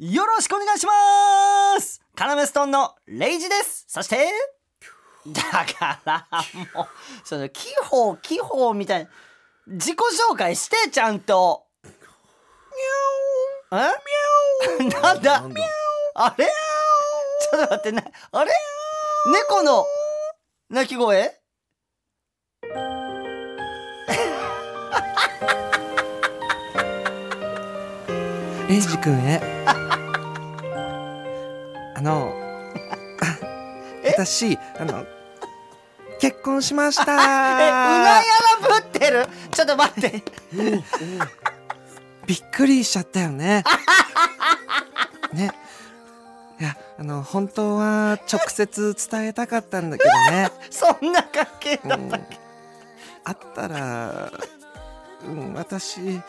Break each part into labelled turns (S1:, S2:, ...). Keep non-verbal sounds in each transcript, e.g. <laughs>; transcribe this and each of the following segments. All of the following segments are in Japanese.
S1: 願いしますカナメストーンのレイジですそしてだからもうその気泡気泡みたいな自己紹介してちゃんとえなんだ
S2: なんだ
S1: あれちょっと待ってなあれ猫の鳴き声
S3: レイジ君
S2: <laughs>
S3: へあのあ私あの結婚しま
S2: <laughs>
S3: した
S1: えうなやらぶってるちょっと待って
S3: びっくりしちゃったよ
S2: <laughs>
S3: ねねいやあの本当は直接伝えたかったんだけど
S2: <laughs>
S3: ね、
S1: そんな関係だ
S3: うん、あったら、うん、私
S2: <laughs>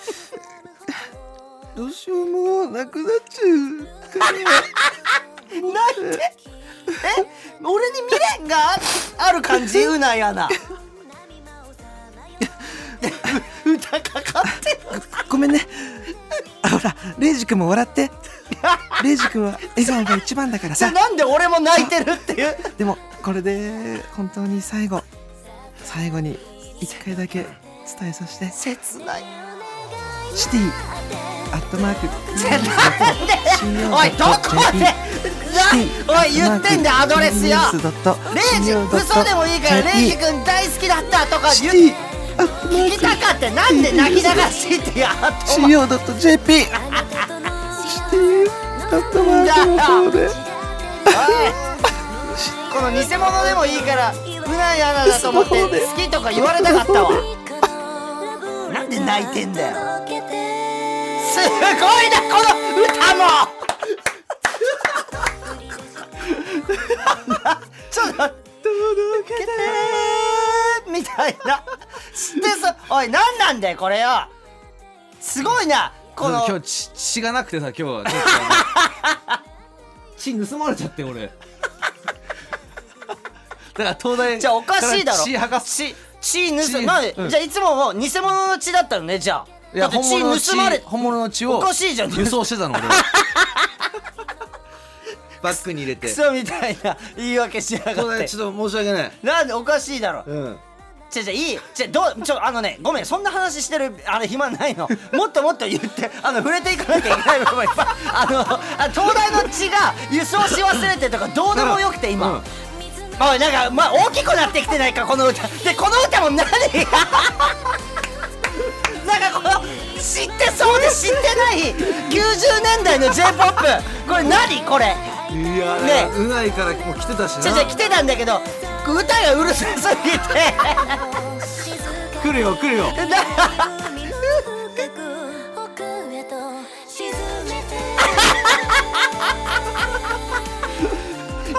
S3: どうしようもうなくなっちゃうから
S1: なんでえ俺に未練がある感じうなや <laughs> な歌かかってる
S3: ごめんね。あほら、レイジ君も笑って。レイジ君は笑顔が一番だから
S1: じゃ
S3: さ
S1: あ。なんで俺も泣いてるっていう
S3: でも、これで本当に最後、最後に一回だけ伝えさせて。
S1: 切ない
S3: シティ、アットマーク、
S1: じゃあなんでおいどこでなおい言ってんだアドレスよレイジ嘘でもいいからレイジ君大好きだったとか
S3: シ
S1: 言
S3: ティ
S1: っ、聞きたかってなんで泣き流しってやっと
S3: CO.jp。シティ、アットマークの方で。
S1: この偽物でもいいからうなやなだと思って好きとか言われたかったわなんで泣いてんだよすごいなこの歌もちょっと待って届けてみたいなでさおい何なんだよこれよすごいなこの
S2: 今日血血がなくてさ今日はちょ
S1: <laughs>
S2: っとあの血盗まれちゃって俺だ <laughs> から東大
S1: じゃあおかしいだろ
S2: 血吐かす
S1: 血血盗
S2: 血
S1: なんで、
S2: うん
S1: じゃあいつももう偽物の血だったのねじゃあ
S2: い
S1: だ
S2: や
S1: って
S2: 本物の
S1: 血
S2: 血
S1: 盗まれ
S2: 本物の血
S1: お
S2: を
S1: かしいじゃん
S2: 輸送してたの
S1: <laughs>
S2: 俺はバッグに入れて
S1: ク
S2: 東
S1: ソみたいな言い訳しやがって
S2: 大ちょっと申し訳ない
S1: なんでおかしいだろ
S2: うん
S1: じゃじゃいいじゃどうちょあのねごめんそんな話してるあれ暇ないのもっともっと言ってあの触れていかなきゃいけない部分がいっぱいあのあ東大の血が輸送し忘れてとかどうでもよくて今、
S2: うん
S1: おいなんかまあ大きくなってきてないかこの歌でこの歌も何 <laughs> なんかこの知ってそうで知ってない90年代の j p o p これ何これ
S2: いや
S1: ね
S2: ねうないからもう来てたしな
S1: ちょちょ来てたんだけど歌がうるさすぎて
S2: 来るよ来るよ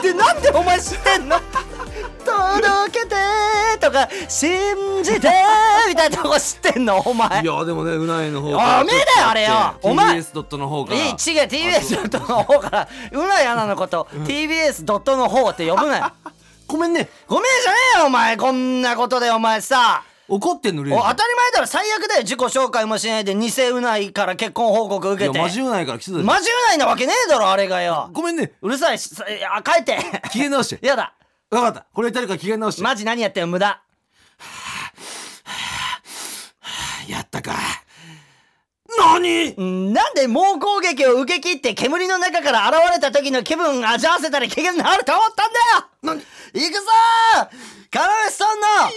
S1: でなんでお前知ってんの <laughs> 届けてとか信じてみたいなとこ知ってんのお前
S2: いやでもねうないの方
S1: おめえだよあれよお前
S2: TBS ドットの方から
S1: いい違う TBS ドットの方からうなやなのこと TBS ドットの方って呼ぶな <laughs> よ
S2: ごめんね
S1: ごめんじゃねえよお前こんなことでお前さ
S2: 怒ってんのレイ
S1: お
S2: ジ
S1: 当たり前だろ最悪だよ自己紹介もしないで偽うないから結婚報告受け
S2: い
S1: て
S2: やマジうないから来てたじゃん
S1: マジうないなわけねえだろあれがよ
S2: ごめんね
S1: うるさいしさいや帰って
S2: 機嫌直して
S1: やだ
S2: 分かったこれやったりから機嫌直して、
S1: マジ何やってんの無駄
S2: やったか何
S1: うんなんで猛攻撃を受け切って煙の中から現れた時の気分味わせたら機嫌になると思ったんだよ
S2: 何
S1: 行くぞーカラメスさんのカラ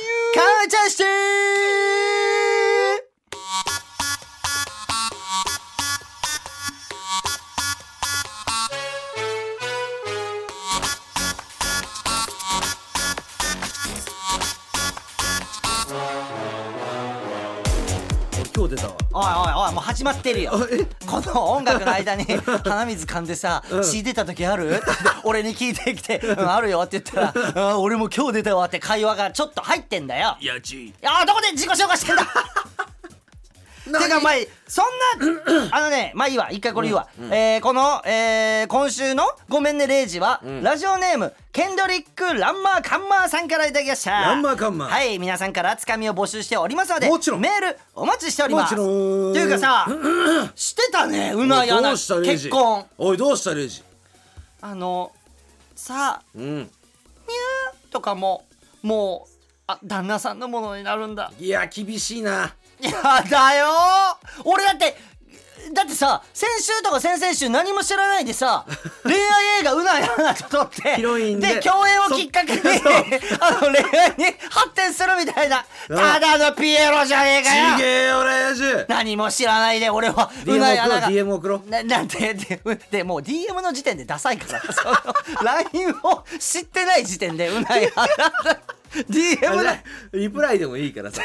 S1: メチャンシテ
S2: 今日出たわ
S1: おいおいおいもう始まってるよこの音楽の間に鼻水噛んでさ「血出た時ある?」って俺に聞いてきて「うんあるよ」って言ったらあー「俺も今日出たわ」って会話がちょっと入ってんだよ
S2: いやち <laughs>
S1: いやーどこで自己紹介してんだてかまあそんなあの
S2: <clears throat>
S1: ねまあいいわ一回これ言うわ、えーこの、えー今週の「ごめんねレイジは」ラジオネームケンドリック・ランマー・カンマーさんからいただきました
S2: ランマーカンマー
S1: はい皆さんからつかみを募集しておりますので
S2: もちろん
S1: メールお待ちしております
S2: もちろん
S1: というか
S2: <clears throat>
S1: さしてたねうなや
S2: ど
S1: な
S2: うしたレイジ
S1: 結婚
S2: おいどうしたレイジ
S1: あのさあ
S2: うん
S1: ニューとかももうあ旦那さんのものになるんだ
S2: いや厳しいな
S1: やだよー俺だってだってさ先週とか先々週何も知らないで
S2: <laughs>
S1: さ恋愛映画「うなやな」と撮って
S2: ヒロインで
S1: 共演をきっかけに <laughs> あの恋愛に発展するみたいなただのピエロじゃねえ
S2: ち
S1: か
S2: げ
S1: よ
S2: えよレイジ
S1: 何も知らないで俺はうな
S2: DM
S1: や
S2: 送ろ
S1: な
S2: う
S1: が
S2: DM 送ろう
S1: ななんてででもう DM の時点でダサいからその LINE を知ってない時点でうないや DM だ
S2: リプライでもいいか
S1: <laughs>
S2: らさ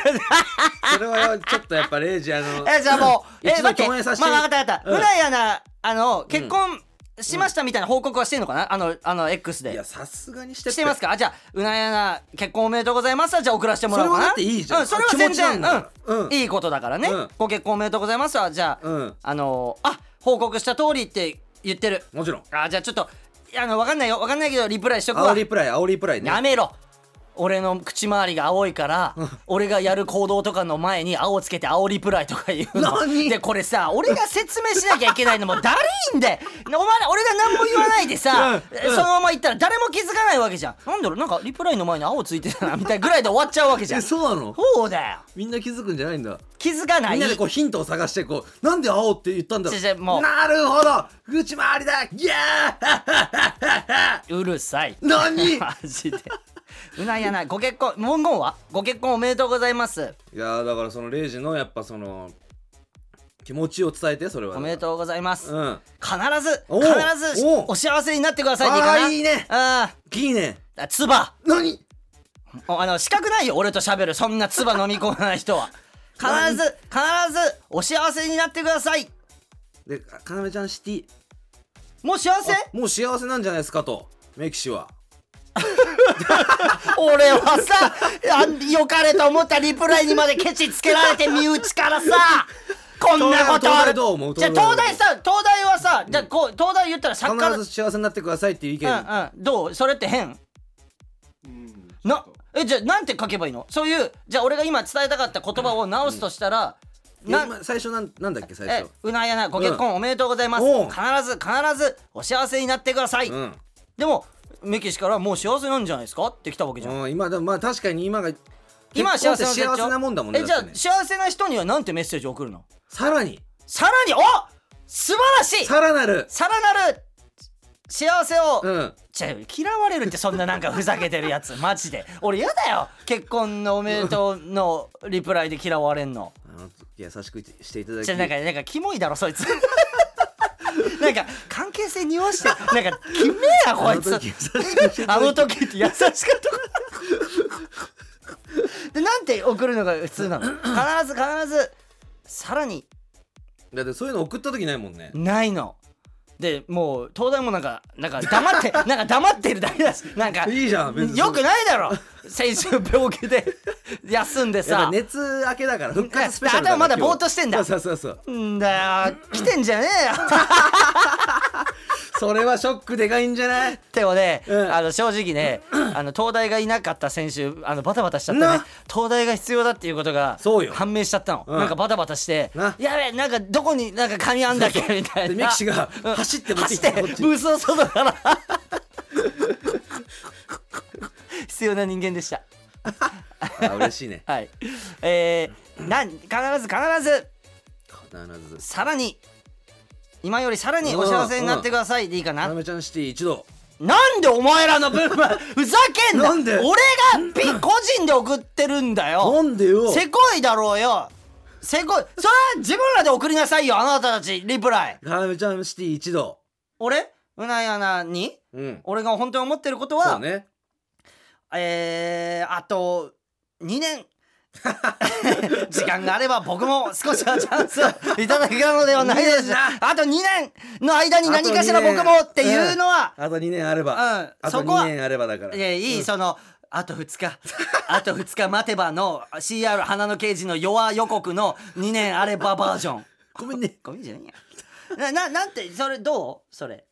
S2: それはちょっとやっぱレイジあの
S1: えじゃあもうえ
S2: <laughs>
S1: 待
S2: 一度
S1: って
S2: 共
S1: まあ
S2: 演させて
S1: 分かった分かった
S2: うん
S1: うないやなあの結婚しましたみたいな報告はしてんのかなあのあの X
S2: い
S1: で
S2: やさすがにして
S1: してますかあじゃあうなやな結婚おめでとうございますはじゃあ送らせてもらおうかな
S2: それはだっていいじゃん
S1: うそれは全
S2: 気持ちなん
S1: 然
S2: だから
S1: うん
S2: うん
S1: いいことだからね
S2: うん
S1: ご結婚おめでとうございますはじゃあ
S2: うん
S1: あのあ報告した通りって言ってる
S2: もちろん
S1: あじゃあちょっといやあのわかんないよわかんないけどリプライしとく
S2: 青
S1: わ
S2: リプライ青リプライね
S1: やめろ俺の口周りが青いから俺がやる行動とかの前に青つけて青リプライとか言うの
S2: 何
S1: でこれさ俺が説明しなきゃいけないのもだるいんでお前ら俺が何も言わないでさ、
S2: うんうん
S1: そのまま言ったら誰も気づかないわけじゃんなんだろうなんかリプライの前に青ついてたなみたいなぐらいで終わっちゃうわけじゃ
S2: え
S1: ん
S2: そうなの
S1: そうだよ
S2: みんな気づくんじゃないんだ
S1: 気づかな
S2: み
S1: い
S2: んなでこうヒントを探してこうなんで青って言ったんだろ
S1: 違う違うもう
S2: なるほど口周りだイエー
S1: うるさい
S2: <laughs> 何 <laughs>
S1: マジでうなやなご結婚文言はご結婚おめでとうございます
S2: いやーだからそのレイジのやっぱその気持ちを伝えてそれは
S1: おめで
S2: う
S1: とうございます、
S2: うん
S1: 必ず
S2: おう
S1: 必ず
S2: おう
S1: お幸せになってくださいっていい
S2: あ
S1: かな
S2: ーいいね
S1: あ
S2: いいね
S1: あつば
S2: 何
S1: あの資格ないよ俺と喋るそんなつば飲み込まない <laughs> 人は必ず必ずお幸せになってください
S2: でかなめちゃんシティ
S1: もう幸せ
S2: あもう幸せなんじゃないですかとメキシは
S1: 俺はさあよかれと思ったリプライにまでケチつけられて身内からさ <laughs> こんなことある
S2: 東大東大どう思う
S1: じゃあ東
S2: 東大
S1: 大さ東大はさじゃあこう東大言ったら作家の
S2: 必ず幸せになってくださいっていう意見、
S1: うんうんどうそれって変なえじゃあなんて書けばいいのそういうじゃあ俺が今伝えたかった言葉を直すとしたら、
S2: え
S1: な
S2: 今最初なんなんだっけ最
S1: え
S2: 初
S1: うなやなご結婚おめでとうございます、
S2: おう
S1: 必ず必ずお幸せになってください、
S2: うん
S1: でもメキシからもう幸せなんじゃないですかって来たわけじゃん、
S2: うん、今でもまあ確かに今が
S1: 今は幸せなん
S2: 結
S1: でしょ
S2: 婚って幸せなもんだもんね
S1: えじゃ
S2: だ
S1: あ
S2: ってね
S1: 幸せな人にはなんてメッセージを送るの
S2: さらに
S1: さらにお素晴らしい
S2: さらなる
S1: さらなる幸せを、
S2: うん
S1: ちゃう嫌われるってそんななんかふざけてるや
S2: <laughs>
S1: つマジで俺やだよ結婚のおめでとうのリプライで嫌われんの
S2: あの優しくしていただき
S1: じゃなんかなんかキモいだろそいつ <laughs> なんか関係性匂わしてなんかキメえなこい
S2: あの時優
S1: つ
S2: しくしていただ
S1: あ
S2: き
S1: の時って優しかったでなんて送るのが普通
S2: <laughs>
S1: なの必ず必ずさらに
S2: だってそういうの送った時ないもんね
S1: ないのでもう東大もなんかなんか黙って
S2: <laughs>
S1: なんか黙ってるだけだしなんか
S2: いいじゃん別に
S1: よくないだろ先週病気
S2: <laughs>
S1: で休んで
S2: やっぱ
S1: さ
S2: 熱明けだから復活スペシャル
S1: 頭まだ
S2: 今日
S1: ぼーっとしてんだ
S2: そうそうそうそうん
S1: だよ来てんじゃねえよ
S2: それはショックでかいんじゃない
S1: でもね、
S2: うん
S1: あの正直
S2: <clears throat>
S1: ねあの東大がいなかった先週あのバタバタしちゃったね
S2: な
S1: 東大が必要だっていうことが
S2: そうよ
S1: 判明しちゃったの、
S2: うん
S1: なんかバタバタして
S2: な
S1: やべえなんかどこになんか紙あんだっけみたい
S2: で
S1: な
S2: メキシが
S1: うん
S2: 走って持って
S1: 走
S2: き
S1: ってて
S2: こ
S1: ブ
S2: っち
S1: ースの外から必要な人間でした
S2: あ嬉しいね
S1: はいえー、なん必ず必ず
S2: 必ず
S1: さらに今よりさらにお幸せになってくださいでいいか
S2: な
S1: な、
S2: なめちゃんシティ一度
S1: なんでお前らの分
S2: <laughs>
S1: はふざけんな
S2: なんで
S1: 俺がピ個人で送ってるんだ
S2: な
S1: よ
S2: んでよ
S1: せこいだろうよせこいそれは自分らで送りなさいよあなたたちリプライ
S2: なめちゃんシティ一度
S1: 俺うなやなに
S2: うん
S1: 俺が本当に思ってること
S2: そう
S1: は、
S2: ね
S1: えー、あと2年 <laughs> 時間があれば僕も少しはチャンスをいただけたのではないでしょう
S2: 二年
S1: かあと2年の間に何かしら僕もっていうのは、
S2: あと2年あれ
S1: うん
S2: ばあと
S1: そこは
S2: 2年あればだから
S1: いやいい、
S2: うん
S1: そのあと2日
S2: <laughs>
S1: あと2日待てばの CR 花の刑事の弱予告の2年あればバージョン
S2: <laughs> ごめんね
S1: ゴミじゃねえやなななんてそれどうそれ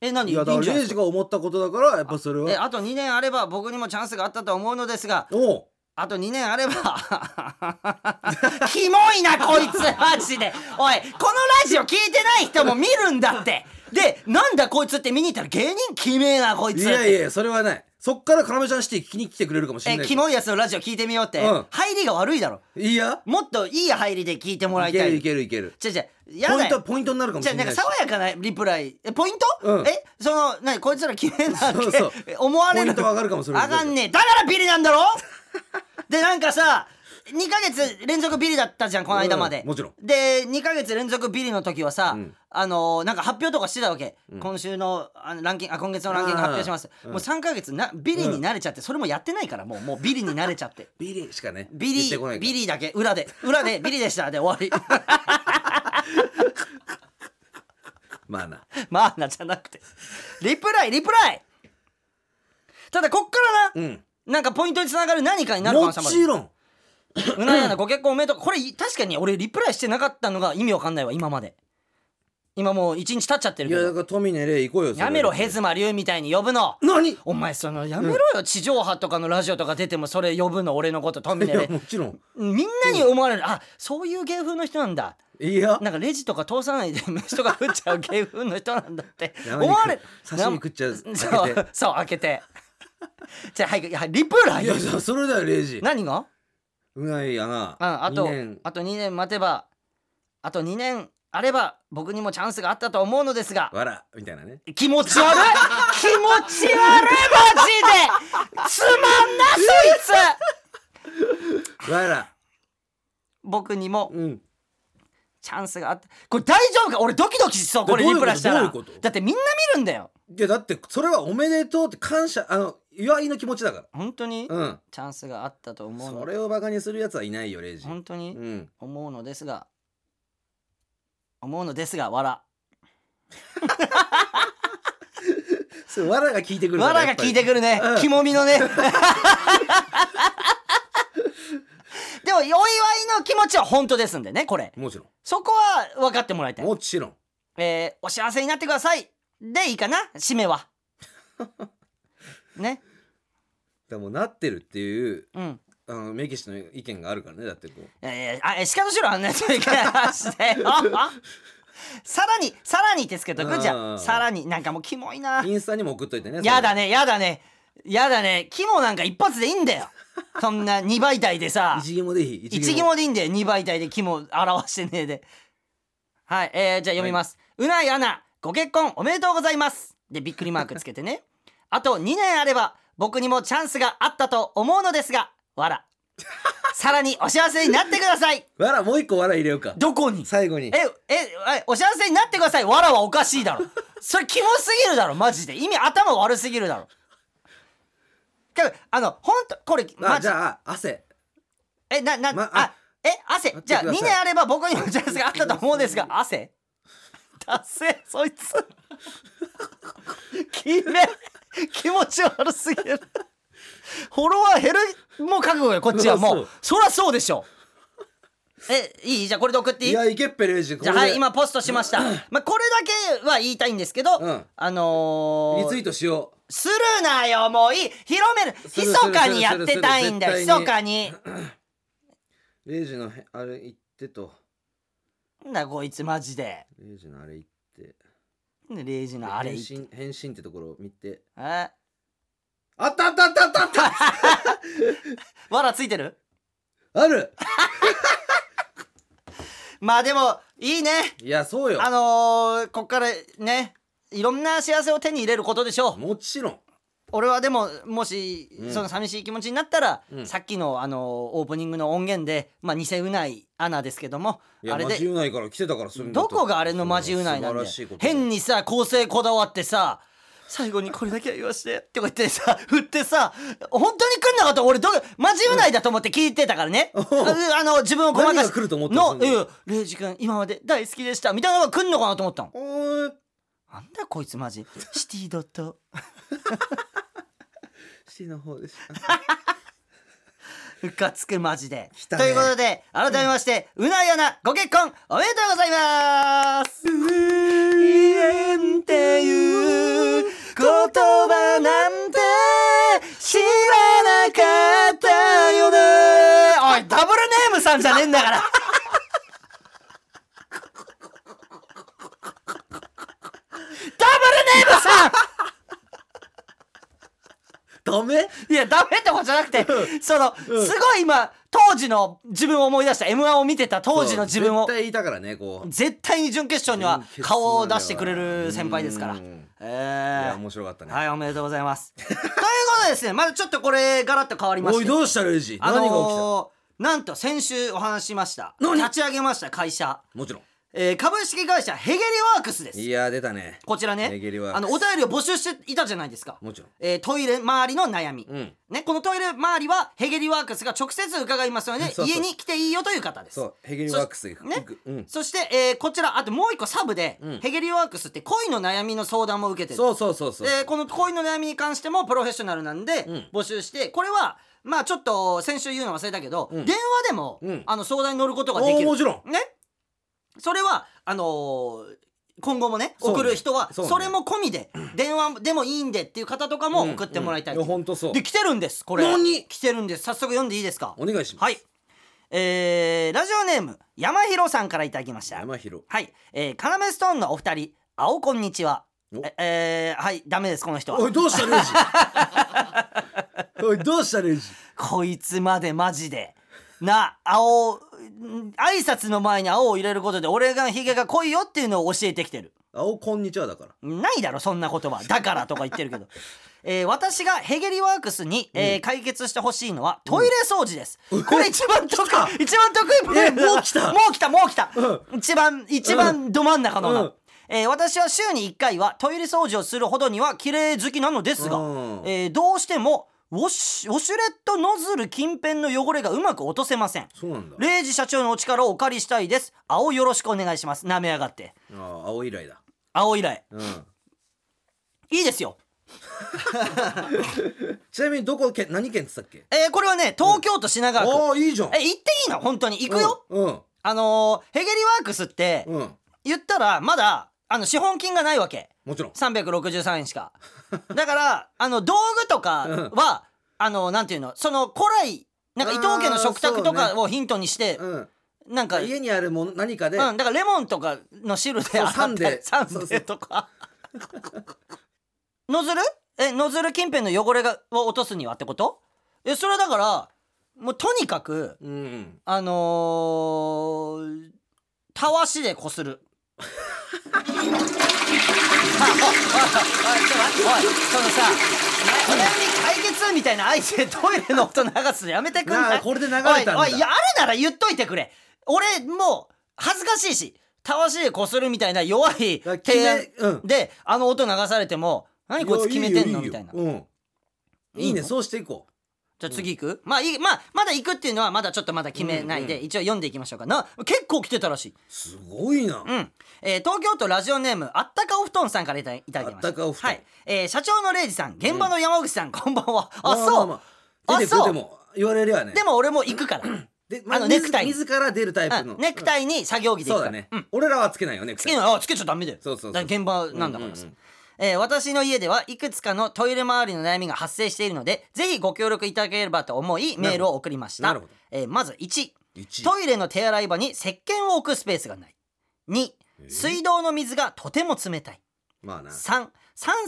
S1: え何
S2: いやだから
S1: いいんじゃない
S2: レ
S1: です
S2: イジ
S1: か
S2: が思ったことだからやっぱそれ
S1: え
S2: は
S1: あと2年あれば僕にもチャンスがあったと思うのですが
S2: おう
S1: あと2年あれば <laughs> キモいなこいつマジでおいこのラジオ聞いてない人も見るんだってでなんだこいつって見に行ったら芸人きめえなこいつ
S2: いやいやそれはないそっから要ちゃんシティ聞きに来てくれるかもしれ
S1: え
S2: ない
S1: キモいやつのラジオ聞いてみようって、
S2: うん
S1: 入りが悪いだろ
S2: いや
S1: もっといい入りで聞いてもら
S2: い
S1: い
S2: け
S1: た
S2: る
S1: い
S2: いけるいける
S1: じゃじゃや
S2: ポ
S1: だ
S2: イント
S1: よ
S2: はポイントになるかもし
S1: じゃ
S2: れ
S1: あなんか
S2: ないし
S1: 爽やかなリプライえポイント、
S2: うん
S1: えその何こいつら決めなって
S2: そうそう
S1: 思われる
S2: ポイントは上がるかもそれ
S1: 上がんねえだからビリなんだろでなんかさ2ヶ月連続ビリだったじゃんこの間まで、
S2: うんもちろん
S1: で2ヶ月連続ビリの時はさ、
S2: うん
S1: あのーなんか発表とかしてたわけ、今週のあのランキングあ今月のランキング発表します、
S2: うん
S1: もう3ヶ月なビリに慣れちゃって、それもやってないからもうもうビリに慣れちゃって
S2: ビリしかね
S1: ビ
S2: 言ってこな
S1: リ
S2: い
S1: ビリだけ裏で裏でビリでしたで終わり
S2: まあな
S1: <laughs> まあなじゃなくてリプライリプライただこっから
S2: う
S1: な、
S2: ん
S1: なんかポイントにつながる何かになる可
S2: も
S1: 能性もある
S2: ちろん
S1: うなやなご結婚おめでとうこれ確かに俺リプライしてなかったのが意味わかんないわ今まで今もう一日経っちゃってる
S2: い
S1: け
S2: やだ
S1: ど
S2: から富根レイ行こうよそれ
S1: やめろヘズマリュウみたいに呼ぶの
S2: 何い
S1: お前そのやめろよ、地上波とかのラジオとか出てもそれ呼ぶの俺のことトンネ
S2: や
S1: ル
S2: もちろん
S1: みんなに思われる、あそういう芸風の人なんだ
S2: いや
S1: なんかレジとか通さないで飯とか食っちゃう芸風の人なんだっ
S2: <laughs>
S1: て
S2: 生肉
S1: 思われる
S2: 刺身食っちゃう
S1: <laughs> そ
S2: 開け
S1: う
S2: て
S1: そう開けて <laughs> じゃあはいはいリプライ
S2: いやじゃあそれだよレイジ
S1: 何が
S2: うないやな
S1: ああと
S2: 二年
S1: あと2年待てばあと2年あれば僕にもチャンスがあったと思うのですが
S2: わらみたいなね
S1: 気持ち悪い気持ち悪いマジでつまんなそいつ
S2: わら
S1: 僕にも
S2: うん
S1: チャンスがあったこれ大丈夫か俺ドキドキしそうこれ
S2: どうい
S1: リプ
S2: うこと
S1: ラしたら
S2: どういうこと
S1: だってみんな見るんだよ
S2: いやだってそれはおめでとうって感謝あの祝いの気持ちだか
S1: 本当に、
S2: らうん
S1: チャンスがあったと思う
S2: そ
S1: の
S2: れをバカにするやつはいないよレイジ
S1: 本当に、
S2: うん
S1: 思うのですが思うのですが笑
S2: それわらが聞いてくる
S1: わらが効いて
S2: る
S1: くるね
S2: うん
S1: 肝みのねでもお祝いの気持ちは本当ですんでねこれ
S2: もちろ
S1: そこは分かってもらいた
S2: ん
S1: い
S2: もちろん
S1: えーお幸せになってくださいでいいかな締めはね
S2: でもなってるっていう
S1: うん
S2: あのメキシの意見があるからねだってこう
S1: いやいやあえシカとしろあんなやついけない話でさらにさらにですけど
S2: うん
S1: じゃあさらになんかもうキモいな
S2: インスタにも送っといてね
S1: やだ
S2: ね
S1: ねやだねやだね肝なんか一発でいいんだよそんな2倍台でさ
S2: 一義もでいい
S1: 一義もでいいんだよ2倍台で肝表してねえではいえー、じゃあ読みます、うなえアナご結婚おめでとうございますでびっくりマークつけてね <laughs> あと2年あれば僕にもチャンスがあったと思うのですがわらさらにお幸せになってください
S2: わらもう一個わら入れようか
S1: どこに
S2: 最後に
S1: えええお幸せになってくださいわらはおかしいだろそれキモすぎるだろマジで意味頭悪すぎるだろけどあの本当これマ
S2: あ
S1: ジ
S2: じゃあ汗
S1: えなな、
S2: ま
S1: あ
S2: あ
S1: え汗
S2: 待って
S1: じゃあ
S2: く
S1: 2
S2: ださい
S1: 年あれば僕にもチャンスがあったと思うんですが汗だせそいつきめ気持ち悪すぎるフォロワー減るもう覚悟よこっちはも
S2: うわ
S1: うそりゃそうでしょえいいじゃあこれで送ってい
S2: い
S1: い
S2: やいけっぺレイジ
S1: じゃあ
S2: こ
S1: は
S2: れで
S1: い今ポストしましたまあこれだけは言いたいんですけど、
S2: うん
S1: あのー
S2: リツイートしよ
S1: するなよもういい広める
S2: するする
S1: 密かにやってたいんだよ
S2: するする絶対に
S1: 密かに
S2: うレイジのへあれ言ってと
S1: なんだこいつマジで
S2: レイジのあれ言って
S1: なんで0時のあれ
S2: 返信返信ってところを見て
S1: え
S2: あったあったあったあったあった
S1: <laughs> わらついてる
S2: ある
S1: まあでもいいね
S2: いやそうよ
S1: あのー、こっからねいろんな幸せを手に入れることでしょう
S2: もちろん
S1: 俺はでももし、
S2: うん
S1: その寂しい気持ちになったら、
S2: うん
S1: さっきの、あのーオープニングの音源で、まあ、偽うないアナですけども
S2: いや
S1: あれ
S2: マジ
S1: で
S2: うないから来てたからするんだ
S1: ど
S2: と
S1: こがあれのマジうないなんだよ
S2: 素晴らしいこと
S1: 変にさ構成こだわってさ最後にこれだけは言わしてとか言ってさ振ってさ本当に来んなかった俺どうマジうないだと思って聞いてたからね、
S2: うん
S1: あの自分をごま
S2: 何
S1: か
S2: が
S1: し
S2: 来ると思って
S1: の、
S2: ん
S1: いや、レイジ君、今まで大好きでした、みたいなのが来んのかなと思ったの。
S2: おーい
S1: なんだこいつマジ。シティドット。
S2: C の方でした。
S1: うかつくマジで、
S2: 来
S1: と
S2: たね
S1: いうことで改めまして、うなやなご結婚おめでとうございます言えんっていう言葉なんて知らなかったよねおいダブルネームさんじゃねえんだからダブルネームさん
S2: ダメ
S1: いやダメとかじゃなくてその、
S2: うん
S1: すごい今当時の自分を思い出した m 1を見てた当時の自分
S2: そう
S1: を
S2: 絶対いたからね、こう。
S1: 絶対に準決勝には
S2: 準決
S1: 顔
S2: 勝ま
S1: を
S2: では
S1: 出してくれる先輩ですから
S2: うんい
S1: え
S2: や、面白かった
S1: ー、
S2: ね。
S1: はいおめでとうございます <laughs> ということでですねまだちょっとこれガラッと変わりまし
S2: おい、
S1: て
S2: どうしたレイジ、
S1: あのー
S2: 何が起きたの
S1: なんと先週お話ししました
S2: 何
S1: 立ち上げました会社、
S2: もちろん。
S1: えー株式会社ヘゲリワークスです
S2: いや、出たね。
S1: こちらね
S2: ヘゲリワーク
S1: あの
S2: ス
S1: お便りを募集していたじゃないですか
S2: もちろん。
S1: えートイレ周りの悩み、
S2: うん。
S1: ね、このトイレ周りはヘゲリワークスが直接伺いますので
S2: そうそう
S1: 家に来ていいよという方です
S2: そう、ヘゲリワークス行く。
S1: ね
S2: 行くうん。
S1: そして、えーこちらあともう一個サブで、
S2: うん
S1: ヘゲリワークスって恋の悩みの相談も受けてる
S2: そうそうそうそう。
S1: でこの恋の悩みに関してもプロフェッショナルなんで、
S2: うん
S1: 募集してこれはまあちょっと先週言うの忘れたけど、
S2: うん
S1: 電話でも、
S2: うん
S1: あの相談に乗ることがで
S2: お
S1: き
S2: ー
S1: る
S2: もちろん。
S1: ねそれはあのー今後もね
S2: そうね
S1: 送る人は
S2: そうね
S1: それも込みで、電話でもいいんでっていう方とかも送ってもらいたい
S2: うんうんや、ほんとそう
S1: で。来てるんですこれ
S2: 何
S1: 来てるんです早速読んでいいですか
S2: お願いします。
S1: はいえー、ラジオネーム山広さんからいただきました
S2: 山広。
S1: はいえー、カナメストーンのお二人青こんにちは
S2: お
S1: ええー、はいダメですこの人
S2: お、
S1: はい
S2: どうし
S1: <laughs>
S2: たレイジおい、どうしたレイジ
S1: こいつまでマジでな青ん挨拶の前に青を入れることで俺がヒゲが濃いよっていうのを教えてきてる
S2: 青こんにちはだから。
S1: ないだろそんな言葉だからとか言ってるけど、 <laughs> えー私がヘゲリワークスに、えー解決してほしいのはトイレ掃除です、これ一番得
S2: た
S1: 意一番得意プレイ
S2: えもう来た
S1: もう来たもう来た、一番一番ど真ん中のな、
S2: うん
S1: えー私は週に1回はトイレ掃除をするほどには綺麗好きなのですが、
S2: うん
S1: えーどうしてもウォッシュウォシュレットノズル近辺の汚れがうまく落とせません
S2: そうなんだ。
S1: レイジ社長のお力をお借りしたいです青よろしくお願いしますなめやがって
S2: ああ、青以来だ。
S1: 青以来
S2: うん。
S1: いいですよ
S2: ちなみにどこ県何県って言ったっけ
S1: えーこれはね東京都品川区、
S2: ああいいじゃん
S1: え行っていいの本当に行くよ、
S2: うん
S1: あのーヘゲリワークスって、
S2: うん、うん
S1: 言ったらまだあの資本金がないわけ
S2: もちろん
S1: 363円し
S2: <laughs>
S1: かだからあの道具とかは、あのなんていうのその古来なんか伊藤家の食卓と
S2: あーそう
S1: か
S2: ね
S1: をヒントにして、
S2: うん
S1: なんか
S2: 家にあるもの何かで、
S1: うん、だからレモンとかの汁で
S2: そう
S1: 洗ったり
S2: サ
S1: サ
S2: ンデーそう
S1: ン
S2: そ
S1: デ
S2: う
S1: ーと
S2: <laughs>
S1: かノズルえノズル近辺の汚れがを落とすにはってことえそれはだからもうとにかく
S2: うんうん
S1: あのー、たわしでこするあおいおいおいちょっと待っておいそのさお悩み解決みたいな合図でトイレの音流すのやめてくんな
S2: ないあこれで流れたんだ
S1: おいおいいやあるなら言っといてくれ俺もう恥ずかしいしたわしでこするみたいな弱い
S2: だから
S1: 提案
S2: 決めうん
S1: であの音流されても何こいつ決めてんの
S2: い
S1: み
S2: や
S1: た
S2: い
S1: い
S2: よ
S1: な
S2: ようん
S1: いいの
S2: いいねそうしていこ
S1: じゃあ次行く、まあいいまあまだ行くっていうのはまだちょっとまだ決めないで、
S2: うんう
S1: 一応読んでいきましょうかな結構来てたらしいう
S2: すごいな、
S1: うん、えー東京都ラジオネームあったかお布団さんからいたいただきました
S2: あったかお布団
S1: はいえー社長のレイジさん現場の山口さん、こんばんはあ
S2: ま
S1: そう、
S2: まま出てく
S1: あそ
S2: る
S1: う
S2: でも言われりゃね
S1: でも俺も行くから、
S2: で、ま
S1: あの
S2: 自
S1: ネクタイ
S2: 自ら出るタイプ
S1: う
S2: の、
S1: ん、ネクタイに作業着で行
S2: そ
S1: く
S2: う
S1: か
S2: だ
S1: ら
S2: ね、
S1: うん、
S2: 俺らはつけないよネク
S1: つ
S2: タ
S1: け
S2: イ
S1: ないあつけちゃダメだよ
S2: そうそうそう
S1: だから現場なんだから
S2: うん
S1: さ、
S2: うんうん
S1: えー私の家ではいくつかのトイレ周りの悩みが発生しているのでぜひご協力いただければと思いメールを送りました
S2: なるほど
S1: えーまず1
S2: 一
S1: トイレの手洗い場に石鹸を置くスペースがない2
S2: え
S1: 水道の水がとても冷たい
S2: まあな
S1: 33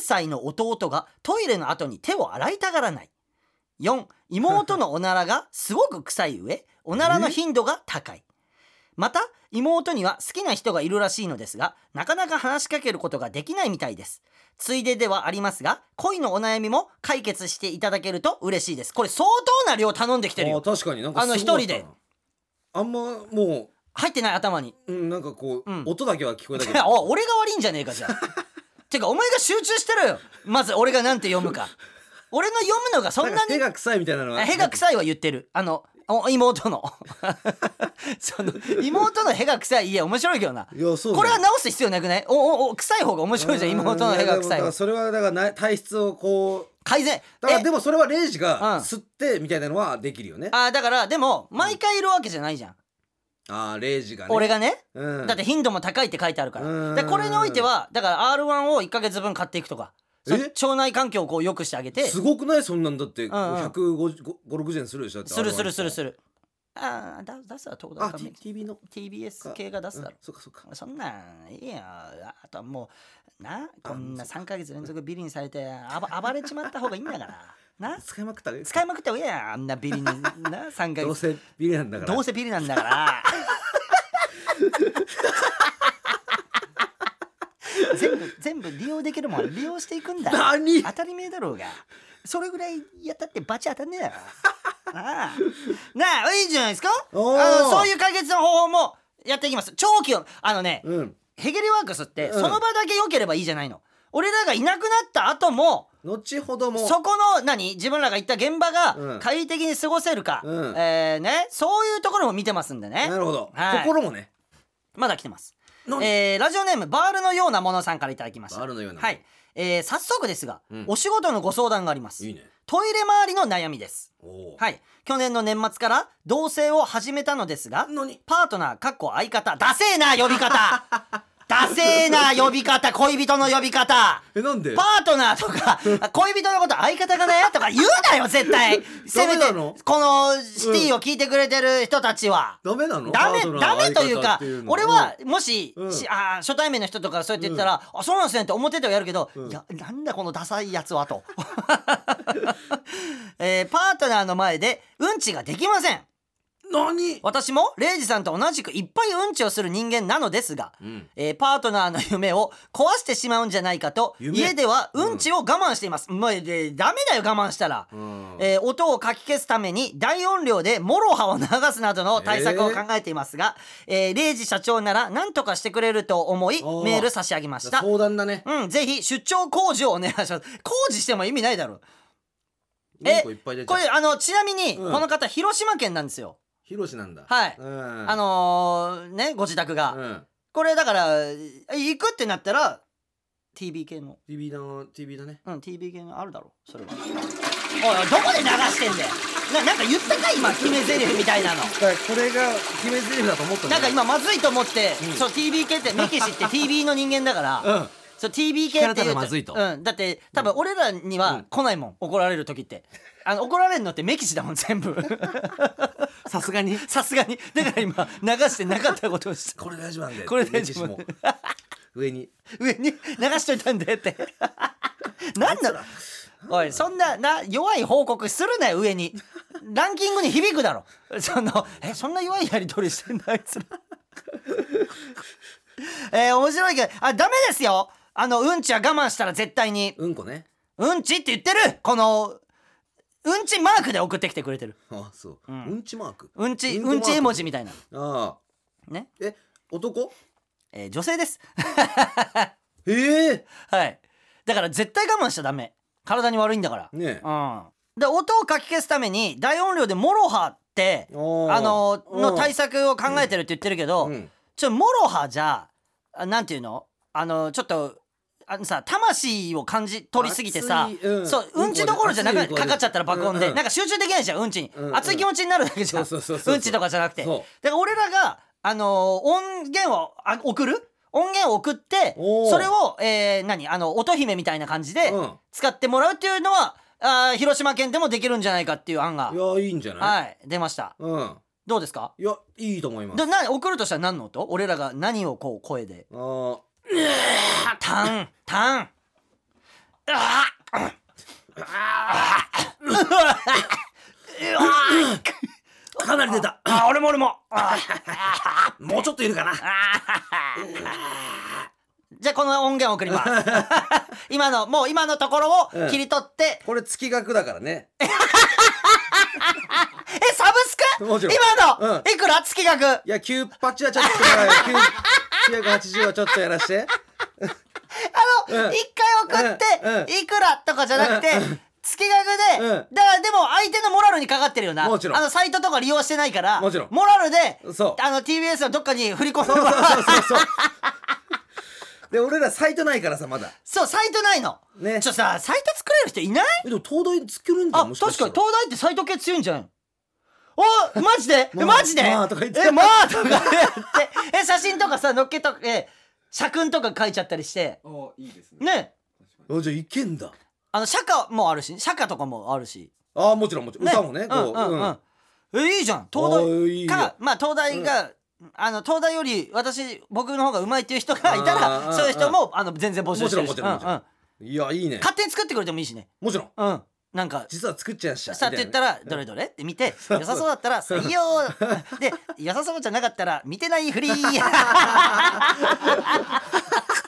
S1: 歳の弟がトイレの後に手を洗いたがらない4妹のおならがすごく臭い上おならの頻度が高いまた妹には好きな人がいるらしいのですがなかなか話しかけることができないみたいですついでではありますが恋のお悩みも解決していただけると嬉しいですこれ相当な量頼んできてる
S2: ああ
S1: よ
S2: 確かになんか
S1: あの
S2: すごかっ
S1: 一人
S2: たな
S1: で
S2: あんまも
S1: 入ってない頭に
S2: う、うん、なんかこう、
S1: うん
S2: 音だけは聞こえた
S1: <laughs>
S2: け
S1: い
S2: ど
S1: やお俺が悪いんじゃねえかじゃ
S2: <laughs>
S1: あてかお前が集中してろよまず俺がなんて読むか俺の読むのがそん
S2: なん
S1: な
S2: か手
S1: に
S2: が臭いみたいなの
S1: あ
S2: は
S1: へが臭いは言ってるあのお妹
S2: <laughs>
S1: のその妹のへが臭い家面白いけどない
S2: やそうだ
S1: こ
S2: よ
S1: れは直す必要なくないおおお臭い方が面白いじゃん妹のへが臭い
S2: やでもだから
S1: は
S2: それはだからな体質をこう
S1: 改善
S2: だから
S1: え
S2: でもそれはレイジ
S1: うん
S2: が吸ってみたいなのはできるよね。
S1: あだからでも毎回いるわけじゃないじゃん、
S2: ああレイジがね。
S1: 俺がね、
S2: うん。
S1: だって頻度も高いって書いてあるか
S2: う
S1: ら
S2: ん
S1: でこれにおいてはだから r 1を1か月分買っていくとかそ
S2: え
S1: 腸内環境をこう良くしてあげて
S2: すごくないそんなんだって
S1: んうん
S2: 15060円するでしょだって
S1: するするする
S2: る。
S1: するああだ出すは東大
S2: あ
S1: か
S2: T- TV の。
S1: TBS 系が出すだろ
S2: うん、そっかそっか。
S1: そんなんいいよあとはもうなこんな3か月連続ビリにされてあば暴れちまった方がいいんだから <laughs> な
S2: 使いまくったね。
S1: 使いまくった方がいいやあんなビリにな3か
S2: どう
S1: 月
S2: せビリなんだから。
S1: どうせビリなんだから
S2: <laughs>
S1: 全部全部利用できるもん利用していくんだ
S2: 何
S1: 当たり前だろうがそれぐらいやったってバチ当たんねえだろなあなあいいんじゃないですかあ
S2: おー
S1: のそういう解決の方法もやっていきます長期をあのね、
S2: うん。
S1: ヘゲレワークスって
S2: うん
S1: その場だけ良ければいいじゃないの、俺らがいなくなった後も
S2: 後ほども。
S1: そこの何自分らが行った現場
S2: う
S1: が
S2: ん
S1: 快適に過ごせるか、
S2: うん
S1: えーね、そういうところも見てますんでね
S2: なるほど。
S1: はい
S2: 心もね。
S1: まだ来てます、
S2: 何
S1: えーラジオネームバールのようなものさんからいただきました
S2: バールのようなもの
S1: はいえー早速ですが、
S2: うん
S1: お仕事のご相談があります
S2: いいね。
S1: トイレ周りの悩みです
S2: おお。い。
S1: はい去年の年末から同棲を始めたのですが
S2: 何
S1: パートナーかっこ相方ダセーな呼び方ダセーな呼び方恋人の呼び方
S2: えなんで
S1: パートナーとか
S2: <laughs>
S1: 恋人のこと相方がねとか言うなよ絶対せめて
S2: ダメな
S1: こ
S2: の
S1: のシティを聞いてくれてる人たちは、
S2: ダメなの
S1: ダメ
S2: パートナ
S1: ダ
S2: ー
S1: メという
S2: 相方
S1: か
S2: っていうの
S1: 俺はもし、
S2: うん
S1: しあー初対面の人とかそうやって言ったら「あそうなんですね」って思っててはやるけど、
S2: うん
S1: いやなんだこのダサいやつはと、 <laughs> えーパートナーの前でうんちができません
S2: 何
S1: 私もレイジさんと同じくいっぱいうんちをする人間なのですが、
S2: うん。
S1: えーパートナーの夢を壊してしまうんじゃないかと
S2: 夢
S1: 家ではうんちを我慢しています、もうでダメだよ我慢したら、
S2: うん。
S1: えー音をかき消すために大音量でもろはを流すなどの対策を考えていますが、えーレイジ社長なら何とかしてくれると思い
S2: おー
S1: メール差し上げました
S2: 相談だね。
S1: うんぜひ出張工事をお願いします <laughs> 工事しても意味ないだろえ
S2: うんこいっぱい出ち
S1: こ
S2: ゃう
S1: れあのちなみに、
S2: うん
S1: この方広島県なんですよ
S2: ヒロシなんだ。
S1: はい
S2: うん。
S1: あのーねご自宅が、
S2: うん。
S1: これだから行くってなったら TB 系の
S2: TV だな TV だね。
S1: うん TB 系のあるだろそれはおいおいどこで流してんだよななんか言ったか今決め台詞みたいなの
S2: だからこれが決め台詞だと思った
S1: なんか今まずいと思って、
S2: うん
S1: そう TB 系ってメキシって TB の人間だから、
S2: 今。うん。
S1: そう TB 系
S2: 聞か
S1: っ
S2: れ
S1: て
S2: た
S1: いう
S2: らまずいと
S1: うん、だって多分俺らには来ないもん、怒られる時ってあの怒られるのってメキシだもん全部
S3: さすがに
S1: さすがにだから今流してなかったことをした
S2: これ大丈夫なんで。
S1: これ大丈夫
S2: メキシも上に。
S1: 上に流しといたんでって
S2: <laughs>
S1: なんだろおいそんなな弱い報告するなよ上にランキングに響くだろそのえそんな弱いやり取りしてんだあいつら <laughs> えー面白いけどあダメですよあのうんちは我慢したら絶対に
S2: うんこね。
S1: うんちって言ってるこのうんちマークで送ってきてくれてる
S2: あそう。
S1: ん
S2: うんちマーク。
S1: うんち
S2: うんこ
S1: う
S2: マーク
S1: んち絵文字みたいな
S2: ああ。
S1: ね
S2: え男？
S1: えー女性です <laughs>
S2: ええ。
S1: はい。だから絶対我慢しちゃダメ。体に悪いんだから。
S2: ねえ
S1: うん。で音をかき消すために大音量でモロハってあ
S2: おー
S1: のの
S2: うん
S1: 対策を考えてるって言ってるけど、
S2: うん。
S1: ちょモロハじゃあなんていうのあのちょっとあのさ魂を感じ取りすぎてさ
S2: 熱い。うん
S1: そううんちどころじゃな
S2: 熱
S1: く
S2: い
S1: かかっちゃったら爆音で、
S2: うんうん
S1: なんか集中できないじゃんうんちに、
S2: うんうん
S1: 熱い気持ちになるだけじゃん
S2: そうそうそうそう
S1: うんちとかじゃなくてだか
S2: そ
S1: ら俺らが、あのー音源をあ送る音源を送って
S2: おー
S1: それを、えー何あの乙姫みたいな感じで
S2: うん
S1: 使ってもらうっていうのは、あー広島県でもできるんじゃないかっていう案が
S2: いやいいんじゃ
S1: は
S2: ない？
S1: い出ました
S2: うん。
S1: どうですか
S2: いやいいと思います。
S1: でな送るとしたら何の音俺らが何をこう声で
S2: ああ。
S1: タンタンあーうわうわ
S2: かなり出た。
S1: あ俺も俺もあ
S2: もうちょっといるかな。
S1: じゃあこの音源送ります <laughs> 今のもう今のところを切り取って、
S2: これ月額だからね。
S1: えサブスク
S2: もちろん
S1: 今の、
S2: うん
S1: いくら月額
S2: いや九八はちょっとやら九百八十はちょっとやらして。
S1: あの、
S2: うん
S1: 一回送
S2: うんう
S1: っ
S2: ん
S1: て、いくらとかじゃなくて、月額で、
S2: うん
S1: だからでも相手のモラルにかかってるよな。
S2: もちろん
S1: あの、サイトとか利用してないから、
S2: もちろん
S1: モラルで、
S2: そう
S1: あの、TBS のどっかに振り込む
S2: そうそうそうそうそう。で俺らサイトないからさまだ
S1: <laughs> そうサイトないの
S2: ね
S1: ちょさサイト作れる人いない
S2: えでも東大作るんじゃ
S1: あ
S2: んも
S1: 確
S2: し
S1: か
S2: か
S1: に
S2: したら
S1: 東大ってサイト系強いんじゃないのおマジでえ
S2: <laughs> まあ
S1: マジで
S2: まあとか言って
S1: えまあとか言ってえ写真とかさのっけとえ社訓とか書いちゃったりして
S4: あいいですね
S1: ね
S2: あじゃあいけんだ
S1: あの社歌もあるし社歌とかもあるし、
S2: あもちろんもちろん、歌もね
S1: う
S2: こ
S1: ん
S2: う、
S1: うんうん、えいいじゃん東
S2: あー
S1: 大
S2: いい
S1: か
S2: よ
S1: まあ東大が、あの東大より私僕の方が上手いっていう人がいた
S2: あー
S1: ら
S2: あー
S1: そういう人もあの全然募集してるし
S2: もちろんもちろんもちろん
S1: うう
S2: いやいいね
S1: 勝手に作ってくれてもいいしね
S2: もちろん
S1: うんなんか
S2: 実は作っちゃいました
S1: したって言った
S2: ら
S1: ら「どれどれ?」って見て良さそうだったら「採
S2: <laughs>
S1: 用」で良さそうじゃなかったら「見てないふり」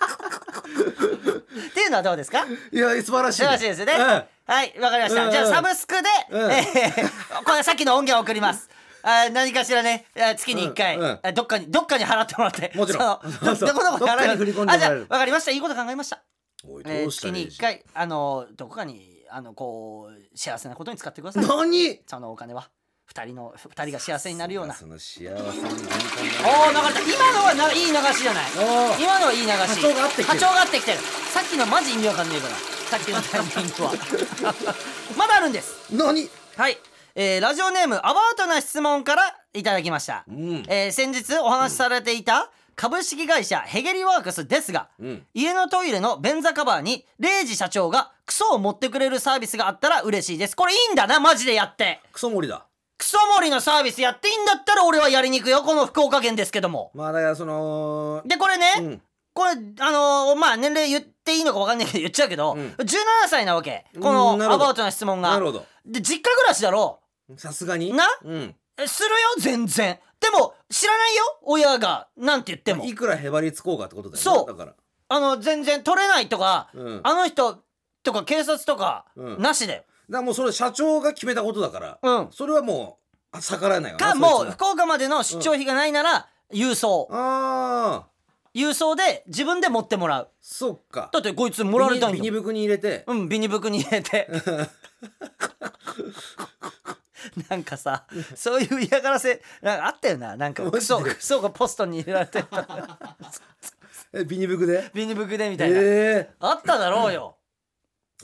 S1: っていうのはどうですか
S2: いや素晴らしい
S1: 素晴らしいですよね、はいわかりました、
S2: うん
S1: じゃあサブスクで、
S2: うん
S1: えーこれさっきの音源を送りますあー何かしらねあー月に1回、
S2: うんうん
S1: あどっかにどっかに払ってもらって
S2: もちろん
S1: そのど
S2: そう
S1: どこどこに払え
S2: どっかに振り込んでもら
S1: あ
S2: える
S1: じゃあわかりましたいいこと考えました
S2: うんおい
S1: え
S2: ど
S1: ー
S2: うした
S1: 月
S2: らい
S1: に
S2: い
S1: 1
S2: じゃん
S1: 回あのどこかにあのこう幸せなことに使ってください
S2: 何
S1: そのお金は二人の二人が幸せになるような
S2: その幸せに敏感
S1: お
S2: な
S1: お流れた今のはないい流しじゃない
S2: おー
S1: 今のはいい流し
S2: 波長が合ってきてる
S1: 波長が合ってきてるさっきのマジ意味わかんねえからさっきのタイミングは <laughs> まだあるんです
S2: 何
S1: はい、えーラジオネームアバウトな質問からいただきました、
S2: うん
S1: えー先日お話しされていた株式会社ヘゲリワークスですが、
S2: うん
S1: 家のトイレの便座カバーにレイジ社長がクソを持ってくれるサービスがあったら嬉しいですこれいいんだなマジでやって
S2: クソ盛りだ
S1: クソ盛りのサービスやっていいんだったら俺はやりに行くよこの福岡県ですけども
S2: まあだからその
S1: でこれね、
S2: うん
S1: これあのーまあ年齢言っていいのか分かんないけど言っちゃうけど、
S2: うん
S1: 17歳なわけこ
S2: うんな
S1: の
S2: る
S1: ア
S2: ほど
S1: バウトな質問が
S2: なるほど
S1: で実家暮らしだろ
S2: さすがに
S1: な
S2: うん
S1: えするよ全然でも知らないよ親がなんて言っても
S2: いくらへばりつこうかってことだよね
S1: そう
S2: だから
S1: あの全然取れないとか、
S2: うんだか
S1: あの人とか警察とか、
S2: うん
S1: なしだよ
S2: らもうそれ社長が決めたことだから
S1: うん
S2: それはもうあ逆らえないわな
S1: かも
S2: そういつ
S1: 福岡までの出張費がないなら、郵送
S2: ああ
S1: 郵送で自分で持ってもらう
S2: そっか
S1: だってこいつもらわれたいんだもん
S2: ビニビニ袋に入れて
S1: うんビニ袋に入れてなんかさそういう嫌がらせなんかあったよななんか
S2: マジで
S1: クソクソがポストに入れられてた
S2: えビニ袋で
S1: ビニ袋でみたいな、
S2: え
S1: あっただろうよ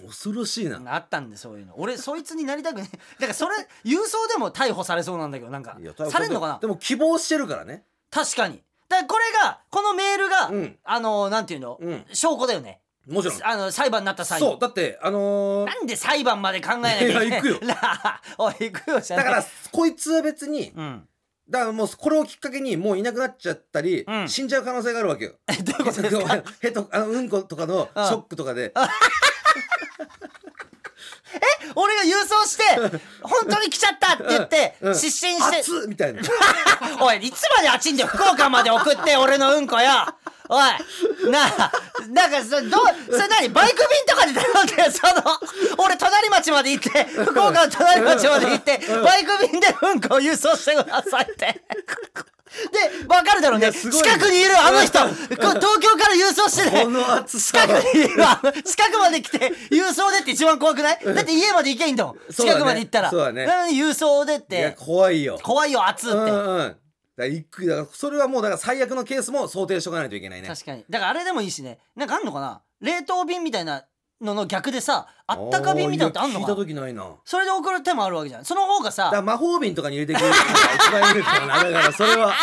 S2: え恐ろしいな
S1: あったんでそういうの俺そいつになりたくねだからそれ郵送でも逮捕されそうなんだけどなんか
S2: いや多分
S1: されんのかな
S2: でも希望してるからね
S1: 確かにだからこれがこのメールが、
S2: うん
S1: あのなんていうの、
S2: うん
S1: 証拠だよね
S2: もちろん
S1: あの裁判になった際に
S2: そうだってあのー
S1: なんで裁判まで考えなきゃいけない
S2: いや行くよ
S1: なあ <laughs> おい行くよじゃな
S2: だ
S1: い
S2: からこいつは別に
S1: うん
S2: だからもうこれをきっかけにもういなくなっちゃったり、
S1: うん
S2: 死んじゃう可能性がある
S1: <laughs>
S2: わけよ。どういうことです <laughs> かへとあのうんことかの
S1: う
S2: シ
S1: ん
S2: ョックとかで、
S1: 俺が郵送して「本当に来ちゃった!」って言って
S2: うん
S1: 失神して
S2: 熱っみたいな。
S1: 「おいいつまであっちんだよ福岡まで送って俺のうんこよ!」おいなあなんかそれどうそれ何バイク便とかで頼んでるその俺隣町まで行って福岡の隣町まで行ってバイク便でうんこを郵送してくださいって。で分かるだろう
S2: い
S1: ね
S2: やすごいね
S1: 近くにいるあの人こ東京から郵送してね
S2: この熱さ
S1: 近くにいるわ近くまで来て郵送でって一番怖くないだって家まで行けんだもん、
S2: そうだね
S1: 近くまで行ったら
S2: そうだね
S1: なのに郵送でっ
S2: いや
S1: て
S2: 怖いよ。
S1: 怖いよ熱っ
S2: う
S1: て、
S2: んうん。だから一句だからそれはもうだから最悪のケースも想定しとかないといけないね。
S1: 確かにだからあれでもいいしねなんかあんのかな冷凍瓶みたいなのの逆でさあったか瓶みたいなのってあんの
S2: いや
S1: か
S2: 聞い
S1: な
S2: た時ないな。だ
S1: それで送る手もあるわけじゃんその方が
S2: から
S1: さ
S2: 魔法瓶とかに入れてくれるのが一番いいからな。だからそ
S1: <laughs>
S2: れは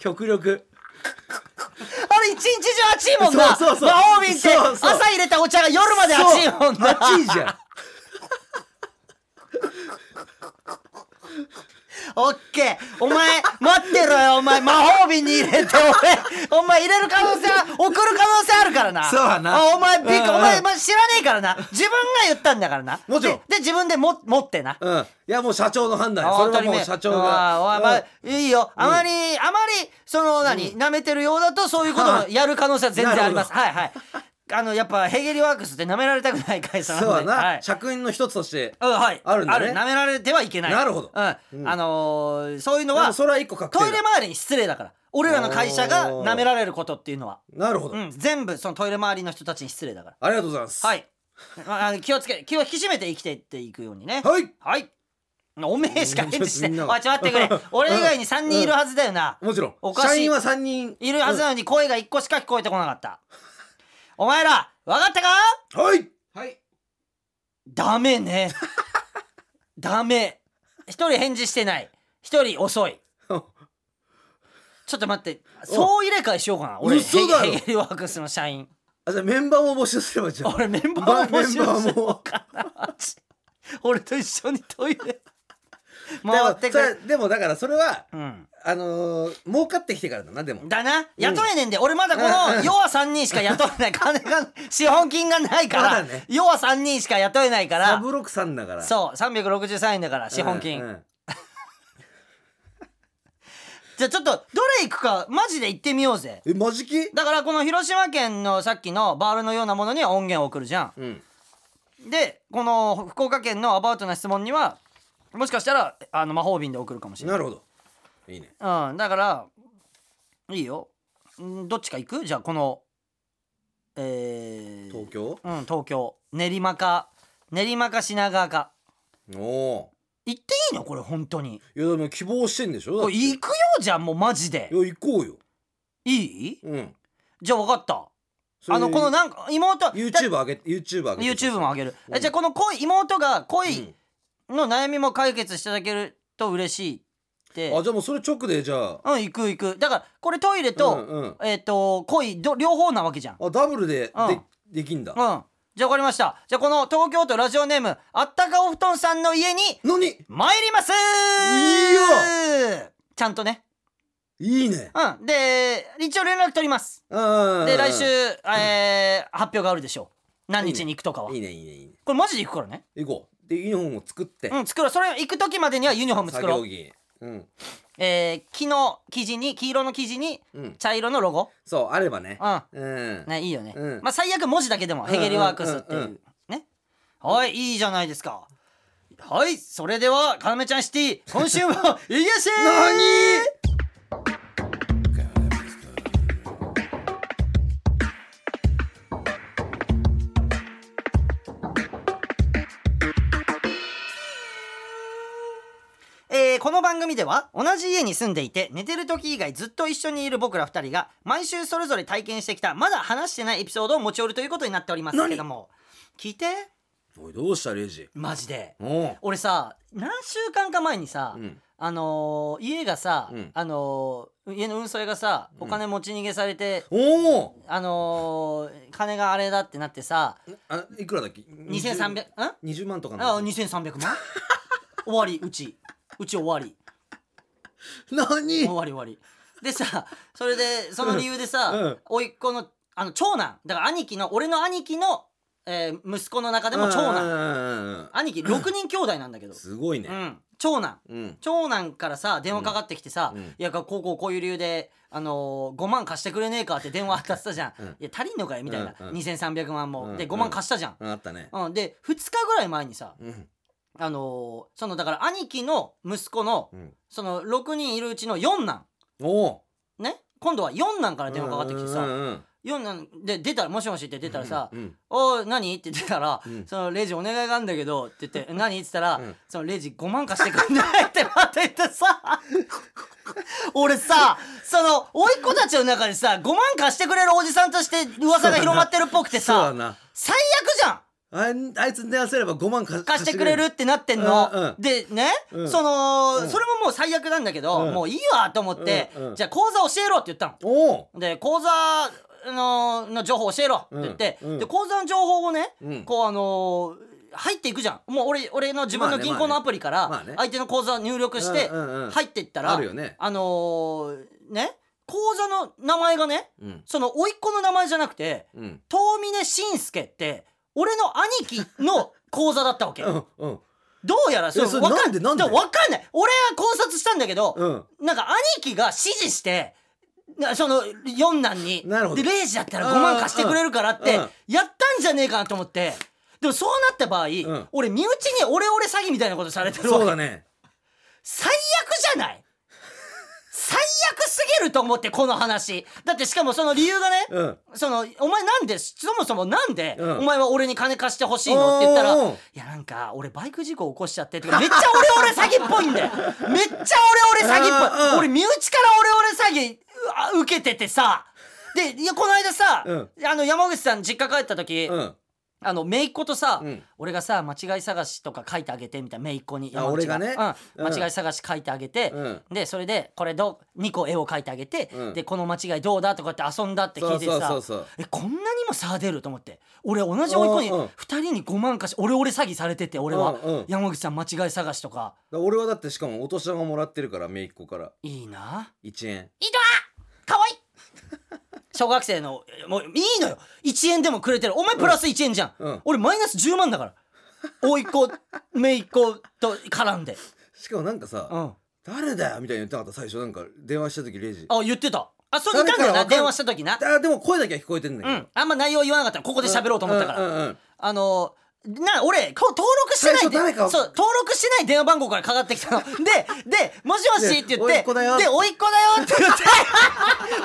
S2: 極力。
S1: あれ一日中熱いもんな
S2: そうそうそう
S1: 魔法瓶って
S2: そうそう
S1: 朝入れたお茶が夜まで熱いもんな
S2: そう熱いじゃん。
S1: オッケーお前待ってろよお前魔法瓶に入れて俺お <laughs> 前入れる可能性は送る可能性あるからな
S2: そうやな
S1: あお前びっく
S2: うんうん
S1: お前、まあ、知らねえからな自分が言ったんだからな
S2: もちろん
S1: でで自分でも持ってな
S2: うん。いやもう社長の判断
S1: あ
S2: や。それは
S1: 当た
S2: も
S1: り
S2: う
S1: 前
S2: 社長
S1: あー
S2: が。
S1: おいま
S2: うん
S1: あいいよあまり、あまりその何、舐めてるようだとそういうこともやる可能性は全然ありますはいはいあのやっぱヘーゲリワークスって舐められたくない会社なんで
S2: そうだな、
S1: はい
S2: 着任の一つとして
S1: うんはい、
S2: あるんだね
S1: 舐められてはいけない
S2: なるほど
S1: うん
S2: うん
S1: あのーそういうの
S2: で
S1: は
S2: もそれは一個確定
S1: ト
S2: だ
S1: イレ周りに失礼だから俺らの会社が
S2: おー
S1: 舐められることっていうのは、
S2: なるほど、
S1: うん、全部そのトイレ周りの人たちに失礼だから
S2: あ <laughs> りがとうございます
S1: はい、まああの、気をつけ気を引き締めて生きていっていくようにね
S2: はい
S1: はいおめえしか返事して
S2: みんな
S1: お
S2: が
S1: いちょっと待ってくれ俺以外に3人いるはずだよな、
S2: もちろん
S1: おかしい
S2: 社員は3人
S1: いるはずなのに声が1個しか聞こえてこなかったお前ら分かったか
S2: はい <laughs>
S3: はい
S1: ダメねダメ一人返事してない一人遅いちょっと待って総入れ替えしようかな俺
S2: 嘘だろ
S1: ヘゲヘゲリワークスの社
S2: <laughs>
S1: 員
S2: あじゃあメンバーも募集すればじゃあ
S1: 俺メンバ
S2: まあ
S1: ーも募集し
S2: メンバー
S1: よ
S2: も
S1: うかなマジ俺と一緒にトイレ
S2: でも
S1: 回ってく
S2: そ
S1: れ
S2: れでもだからそれは
S1: うん
S2: あのー儲かってきてからだなでも
S1: だな雇えねえんで、俺まだこの弱3人しか雇えない金が資本金がないか
S2: ま
S1: ら
S2: だね
S1: 弱3人しか雇えないか
S2: サ
S1: ら
S2: ブロクさんだから
S1: そう363円だから資本金、
S2: うんうん
S1: じゃあちょっとどれ行くかマジで行ってみようぜ
S2: えマジき
S1: だからこの広島県のさっきのバールのようなものには音源を送るじゃ
S2: うん
S1: んでこの福岡県のアバウトな質問にはもしかしたらあの魔法瓶で送るかもしれな
S2: ないるほどいいね
S1: うんだからいいよんどっちか行くじゃあこのえー、
S2: 東京
S1: うん東京練馬か練馬か品川か
S2: おお
S1: 行っていいのこれ本当に
S2: ーいやでも希望してんでしょだっ
S1: こ
S2: て
S1: れ行くよじゃんもうマジで
S2: いや行こうよ
S1: いい
S2: うん
S1: じゃあ分かった
S2: それ
S1: あのこのなんか妹
S2: YouTube 上げ YouTube 上げ
S1: YouTube も上げる、え
S2: うん
S1: じゃあこの恋妹が
S2: う
S1: 恋
S2: ん
S1: の悩みも解決していただけると嬉しいって、
S2: あじゃあもうそれ直でじゃあ
S1: うん行く行くだからこれトイレと、
S2: うんうん
S1: えっ、と恋ど両方なわけじゃんうん
S2: あダブルで
S1: うん
S2: でできんだ
S1: じゃあ分かりましたじゃあこの東京都ラジオネームあったかお布団さんの家に
S2: のに
S1: 参ります
S2: い
S1: ちゃんとね
S2: いいね
S1: うんで一応連絡取ります
S2: うん
S1: で来週、えー発表があるでしょう何日に行くとかは、
S2: いいねいいねいいね
S1: これマジで行くからね
S2: 行こうでユニフォームを作って
S1: うん作ろうそれ行く時までにはユニフォーム
S2: 作
S1: 作ろう
S2: 業着うん
S1: えー、木の生地に黄色の生地に
S2: うん
S1: 茶色のロゴ
S2: そうあればね
S1: うん
S2: うん
S1: ねいいよね、
S2: うん
S1: まあ最悪文字だけでも
S2: ん
S1: ヘゲリワークスっていう,、
S2: うんうん
S1: ねはいいいじゃないですかはいそれではカメちゃんシティ今
S2: <laughs>
S1: 週もいげし
S2: 何
S1: えーこの番組では同じ家に住んでいて寝てる時以外ずっと一緒にいる僕ら2人が毎週それぞれ体験してきたまだ話してないエピソードを持ち寄るということになっておりますけれども聞いて
S2: おいどうしたレイジ
S1: マジで
S2: おう
S1: 俺さ何週間か前にさ、
S2: うん
S1: あのー家がさ、
S2: うん
S1: あのー家の運送屋がさお金持ち逃げされて、
S2: おお
S1: あのー金があれだってなってさ
S2: あいくらだっけ
S1: 2300ん
S2: 二十万とか
S1: あ
S2: の
S1: 2300万終わりうちうち終わり <laughs>
S2: 何
S1: 終わり終わりでさそれでその理由でさ、
S2: うんうん
S1: 甥っ子のあの長男だから兄貴の俺の兄貴の、えー息子の中でも長
S2: うん
S1: 男
S2: うんうんうん
S1: 兄貴6人兄弟なんだけど、
S2: すごいうね
S1: ん、長男
S2: うん
S1: 長男からさ電話かかってきてさ「
S2: うんうん
S1: いやこうこうこういう理由で、あのー5万貸してくれねえか」って電話当たってたじゃん「
S2: うん
S1: いや足りんのかよ」みたいな、
S2: うんうん
S1: 2300万も、
S2: うん
S1: で5万貸したじゃん、
S2: うんあったね
S1: うんで2日ぐらい前にさ
S2: うん
S1: あのーそのだから兄貴の息子の
S2: うん
S1: その6人いるうちの4男
S2: おお
S1: ね今度は4男から電話かかってきて
S2: うん
S1: さ
S2: うんうん
S1: 四男で出たら「もしもし」って出たらさ「
S2: うん
S1: おー何?」って出たら「
S2: うん
S1: そのレジお願いがあるんだけど」って言って「何?」って言ったら「
S2: うん
S1: そのレジ5万貸してくんない?」ってまた言ってさ
S2: <laughs>
S1: 俺さその甥っ子たちの中でさ5万貸してくれるおじさんとして噂が広まってるっぽくて
S2: そうだ
S1: さ
S2: な
S1: 最悪じゃん
S2: ああいつに電話すれば5万貸
S1: 貸してくれるってなってんの、
S2: うんうん
S1: でね、
S2: うん
S1: その、
S2: うん
S1: それももう最悪なんだけど、
S2: うん
S1: もういいわと思って、
S2: うんうん
S1: じゃあ講座教えろって言ったの。
S2: おお
S1: で講座のの情報教えろって言って、
S2: うんうん
S1: で講座の情報をね、
S2: うん
S1: こうあのー入っていくじゃんもう俺俺の自分の銀行のアプリから
S2: まあねまあね
S1: 相手の口座入力して
S2: うんうんうん
S1: 入っていったら、
S2: あるよね
S1: あのーね口座の名前がね
S2: うん
S1: その甥っ子の名前じゃなくて
S2: うん
S1: 遠峰信介って俺の兄貴の口座だったわけ
S2: うんうん
S1: どうやらそれ
S2: えそれ
S1: わか
S2: なんでなんで
S1: だからわかんない俺は考察したんだけど、 <laughs>
S2: うん
S1: なんか兄貴が指示してなその四男に
S2: なるほど
S1: で0時だったら5万貸してくれるからって
S2: うん
S1: やったんじゃねえかなと思ってでもそうなった場合、
S2: ん
S1: 俺身内にオレオレ詐欺みたいなことされてるわ
S2: そう
S1: け
S2: だね
S1: 最悪じゃない最悪すぎると思ってこの話だってしかもその理由がね、
S2: うん
S1: そのお前なんでそもそもなんで、
S2: うん
S1: お前は俺に金貸してほしいのって言ったら「
S2: おー
S1: いやなんか俺バイク事故起こしちゃって」とかめっちゃ俺俺詐欺っぽいん
S2: <laughs>
S1: だよめっちゃ俺俺詐欺っぽ
S2: うんう
S1: い
S2: ん
S1: 俺身内から俺俺詐欺うあ受けててさでいやこの間さ、
S2: うん
S1: あの山口さん実家帰った時、
S2: うん
S1: あの姪っ子とさ、
S2: うん
S1: 俺がさ間違い探しとか書いてあげてみたいな姪っ子に
S2: あ俺がね
S1: うん
S2: うん
S1: 間違い探し書いてあげて、
S2: うん
S1: でそれでこれどう2個絵を描いてあげて、
S2: うん
S1: でこの間違いどうだとかって遊んだって聞
S2: そ
S1: いうて
S2: そう
S1: さ
S2: そうそう
S1: えこんなにも差出ると思って俺同じ甥っ子に
S2: うんうん
S1: 2人に5万貸し俺俺詐欺されてて俺は、
S2: うんうん
S1: 山口さん間違い探しとか
S2: だ俺はだってしかもお年玉もらってるから姪っ子から
S1: いいな
S2: 1円
S1: いいな可愛い <laughs> 小学生のもういいのよ1円でもくれてるお前プラス1円じゃん、
S2: うん
S1: 俺マイナス10万だから甥っ子姪っ子と絡んで、
S2: しかもなんかさ、
S1: うん、あ
S2: 誰だよみたいに言ってなかった最初なんか電話した時レジ
S1: 言ってたあそういたんだよな
S2: 誰かわかん
S1: 電話した時な
S2: あでも声だけは聞こえてんだ
S1: う
S2: けど、
S1: んあんま内容言わなかったらここで喋ろうと思ったから、
S2: うんうんうん
S1: あのな俺こう登録してない
S2: 最初誰か
S1: そう登録してない電話番号からかかって
S2: <laughs>
S1: きたのでで「もしもし」って言って「
S2: で甥っ子だよ
S1: で甥っ子だよ」って言 <laughs> って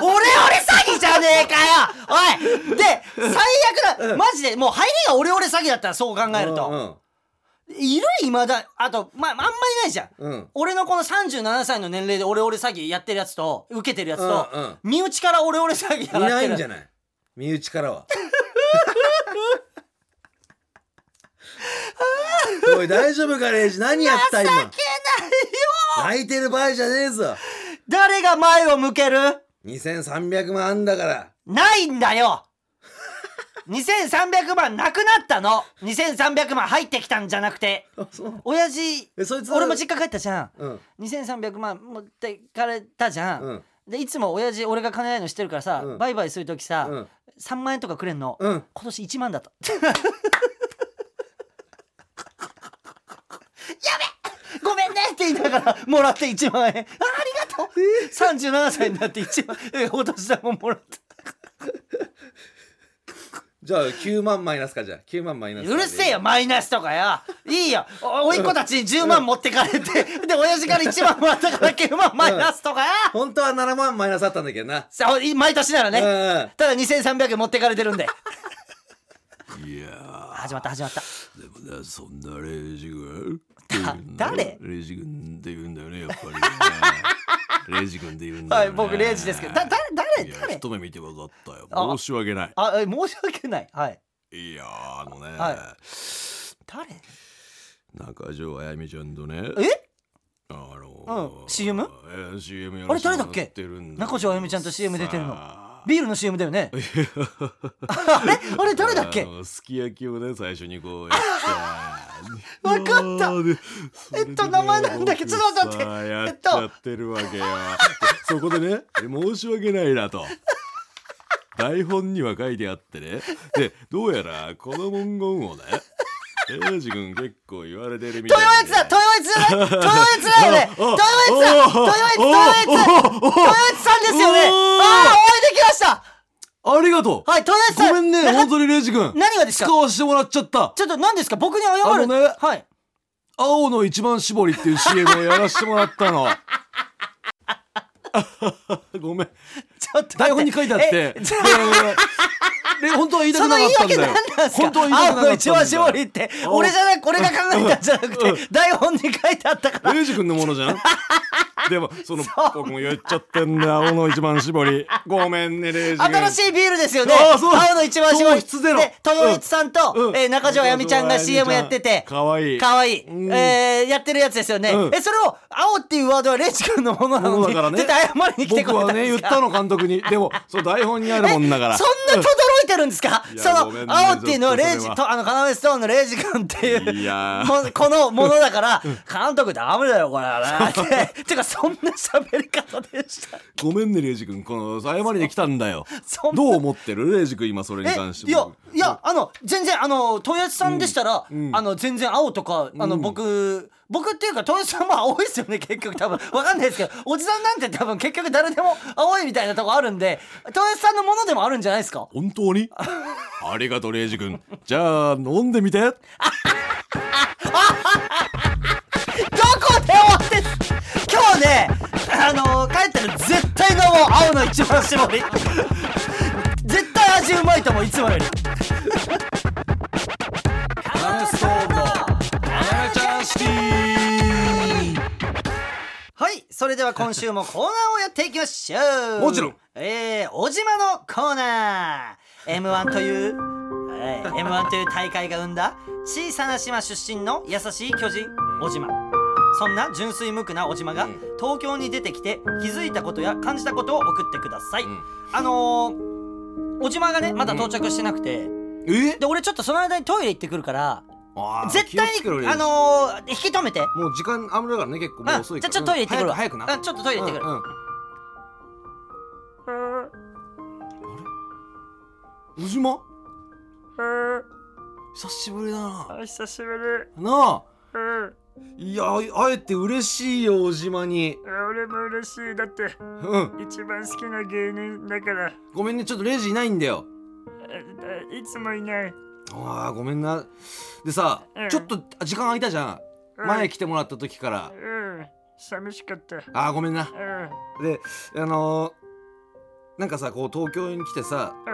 S1: 「俺俺詐欺じゃねえかよおい!」で最悪だ、マジでもう入りが俺俺詐欺だったらそう考えると、いるいまだあとまああんまりないじゃん、
S2: うんうん
S1: 俺のこの37歳の年齢で俺俺詐欺やってるやつと受けてるやつと、
S2: うんうん
S1: 身内から俺俺詐欺やって
S2: い
S1: る
S2: ないんじゃない身内から
S1: <laughs>
S2: はおい大丈夫かレイジ何やった今
S1: いけない
S2: 泣いてる場合じゃねえぞ
S1: 誰が前を向ける
S2: 2300万あんだから
S1: ないんだよ2300万なくなったの2300万入ってきたんじゃなくて
S2: あそう
S1: 親父
S2: えそいつ
S1: 俺も実家帰ったじゃ
S2: うん
S1: ん2300万持ってかれたじゃん、
S2: うん
S1: でいつも親父俺が金ないのしてるからさ、
S2: うん
S1: バイバイする時さ、
S2: うん
S1: 3万円とかくれんの、
S2: うん
S1: 今年1万だったやべごめんねって言いながらもらって1万円あありがとう37歳になって1万円お年玉もらった
S2: じゃあ9万マイナスかじゃあ9万マイナスか
S1: うるせえよマイナスとかよいいよお甥っ子たちに10万持ってかれてで親父から1万もらったから9万マイナスとかよ
S2: 本当は7万マイナスあったんだけどな
S1: さあ毎年ならね
S2: うん
S1: ただ2300円持ってかれてるんでいや始まった始まった
S4: そんなレイジ君
S1: だ誰
S4: レイジ君って言うんだよねやっぱ
S1: <laughs>
S4: りねレイジ君って言うんだ
S1: は
S4: よ、
S1: い
S4: ね、
S1: 僕0時ですけどだ誰
S4: い
S1: 誰
S4: や
S1: 誰
S4: 一目見て分かった
S1: あ
S4: よ申し訳ない
S1: あえ申し訳ないはい
S4: いやーあのね、
S1: は誰
S4: 中条あやみちゃんとね
S1: え
S4: あの
S1: うん CM
S4: えー CM や
S1: あれ誰だっけ
S4: やってるんだ
S1: 中条あやみちゃんと CM 出てるの
S4: さあ
S1: ビールの CM だよねあれあれ誰だっけ
S4: あのすき焼きをね最初にこうやって
S1: <laughs> わかった
S4: でそれで
S1: えっと名前なんだっけちょっと待って
S4: 僕さ
S1: え
S4: や
S1: っ
S4: っ
S1: と
S4: ちゃってるわけよでそこでね申し訳ないなと台本には書いてあってねでどうやらこの文言をね英二君結構言われてるみた
S1: 豊
S4: い
S1: 悦だ豊悦じゃない豊悦だよね豊悦だ豊悦豊悦豊悦さんですよね
S4: お
S1: あ
S4: ー
S1: あお会いできました
S4: ありがとう
S1: はい、豊悦さん。
S4: ごめんね
S1: な
S4: 本当にレイジ君
S1: 何がですか
S4: 使わせてもらっちゃった
S1: ちょっと何ですか僕に謝る
S4: あのね
S1: はい。
S4: 青の一番絞りっていう CM をやらせてもらったの <laughs> ごめん
S1: ちょっと待って。
S4: 台本に書いてあって
S1: え
S4: ごめんごめんごめんで本当は言いた
S1: その
S4: くなか
S1: 言い
S4: ったん
S1: 訳
S4: だよ
S1: 何なんですか
S4: 本当は言いたくなかっ
S1: 青
S4: たんだよ
S1: の一番絞りって、
S4: あ
S1: 俺じゃなく、俺が考えたんじゃなくて、台本に書いてあったから。
S4: レイジ君のものじゃんでもその僕も言っちゃってんだ青の一番絞りごめんねレイジ君
S1: 新しいビールですよね。
S4: あーそう
S1: 青の一番絞り。
S4: 糖質ゼロ
S1: で、豊悦さんと、
S4: うん
S1: えー中条あやみちゃんが
S4: 中条あ
S1: CM や
S4: や
S1: っ
S4: みちゃん
S1: てて。
S4: かわいい
S1: かわいい。
S4: うん
S1: えーやってるやつですよね。
S4: うん
S1: え、それを、青っていうワードはレイジ君のものなの
S4: もの
S1: に、
S4: だからね
S1: 絶対謝りに来てく
S4: 僕
S1: れた
S4: は
S1: んで
S4: ね
S1: す
S4: 言っ
S1: か
S4: たの監督にでもそう台本にあるもんだから
S1: そんなとどろいてるんですか
S4: いや
S1: そ
S4: ごめん
S1: の
S4: ね
S1: 青っていうのは
S4: ちょっと
S1: レイジ
S4: それは
S1: とあのカナメストーンのレイジ君っていう
S4: いやー <laughs>
S1: もこのものだから監督ダメだよこれはね
S4: <laughs>
S1: っててかそんな喋り方でした
S4: ごめんねレイジ君この謝りに来たんだよ
S1: そんな
S4: どう思ってるレイジ君今それに
S1: え
S4: 関して
S1: いやいやあの全然あの豊洲さんでしたら、あの全然青とかあの、僕僕っていうか豊洲さんも青いですよね <laughs> 結局多分わかんないですけどおじさんなんて多分結局誰でも青いみたいなとこあるんで豊洲さんのものでもあるんじゃないですか
S4: 本当にありがとうレイジ君じゃあ飲んでみて
S1: どこで終わってん今日ね、ああのー、帰ったら絶対飲もう青の一番搾り絶対味うまいと思ういつもよりはいそれでは今週もコーナーをやっていきましょう
S2: もちろん
S1: えー、小島のコーナー m 1という、えー、m 1という大会が生んだ小さな島出身の優しい巨人小島そんな純粋無垢な小島が
S2: うん
S1: 東京に出てきて気づいたことや感じたことを送ってください、
S2: ん
S1: あのー、小島がねまだ到着してなくて、
S2: え
S1: で俺ちょっとその間にトイレ行ってくるから
S2: あー
S1: 絶
S2: 気を
S1: 対
S2: つけろ
S1: に
S2: よ
S1: あのー、引き止めて
S2: もう時間あむだからね結構もう遅いから
S1: うんじゃあちょっとトイレ行ってくるわ
S2: うん早く早くな
S1: うんちょっとトイレ行ってくる
S2: うんうん小島久しぶりだな
S5: 久しぶり。
S2: なあ
S5: うん。
S2: いや会えて嬉しいよ小島に
S5: 俺も嬉しい。だって、
S2: うん
S5: 一番好きな芸人だから、
S2: ごめんねちょっとレイジいないんだよ
S5: ええいつもいない。
S2: ああごめんなでさ、
S5: うん
S2: ちょっと時間空いたじゃん、
S5: うん
S2: 前来てもらった時から
S5: うん。寂しかった。う。
S2: ああごめんなんであのー、なんかさこう東京に来てさ
S5: う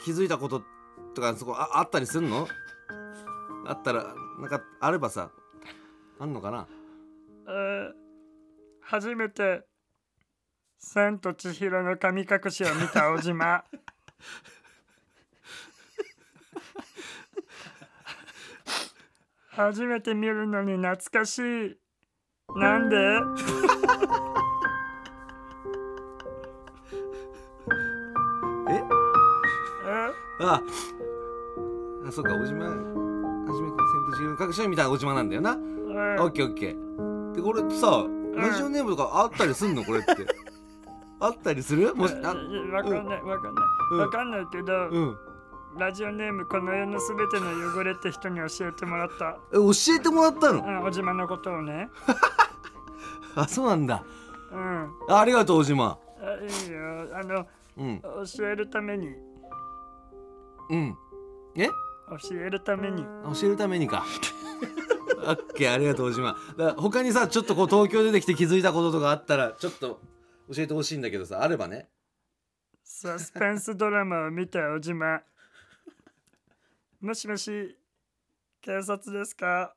S5: ん。
S2: 気づいたこととかそこああったりすんのあったらなんかあればさあんのかな
S5: えー初めて、千と千尋の神隠しを見た小島。 <laughs> 初めて見るのに懐かしい。なん <laughs> で
S2: え
S5: え
S2: ああそうか小島初めて千と千尋の隠しを見た小島なんだよな
S5: うん
S2: オッケーオッケーでこれさラジオネームとかあったりすんのこれってあったりするもし
S5: いや
S2: あ
S5: わかんないわかんない、
S2: うん
S5: わかんないけど、
S2: うん
S5: ラジオネームこの世のすべての汚れって人に教えてもらった、
S2: え教えてもらったの
S5: うん、小島のことをね
S2: あそうなんだ
S5: うん
S2: あありがとう小島
S5: あいいよあの
S2: うん
S5: 教えるために
S2: うんえ
S5: 教えるために
S2: あ教えるためにか <laughs> オッケーありがとう小島だから他にさちょっとこう東京出てきて気づいたこととかあったらちょっと教えてほしいんだけどさあればね
S5: サスペンスドラマを見た小島もしもし警察ですか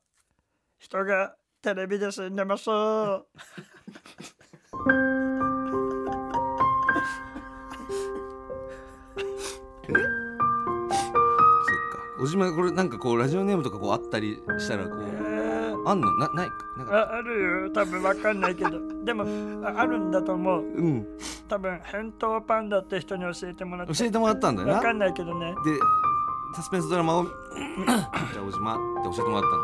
S5: 人がテレビで死んでましょう
S2: そっか小島これなんかこうラジオネームとかこうあったりしたらこ
S5: え
S2: う
S5: ー
S2: あんのなないなんか
S5: ああるよ多分わかんないけどでもああるんだと思う
S2: うん
S5: 多分返答パンダって人に教えてもらっ
S2: 教
S5: て
S2: えてもらったんだよ
S5: わ
S2: な
S5: か
S2: で
S5: んないけどね、
S2: サスペンスドラ
S5: <coughs>
S2: マをじゃあ小島って教えてもらったの
S5: う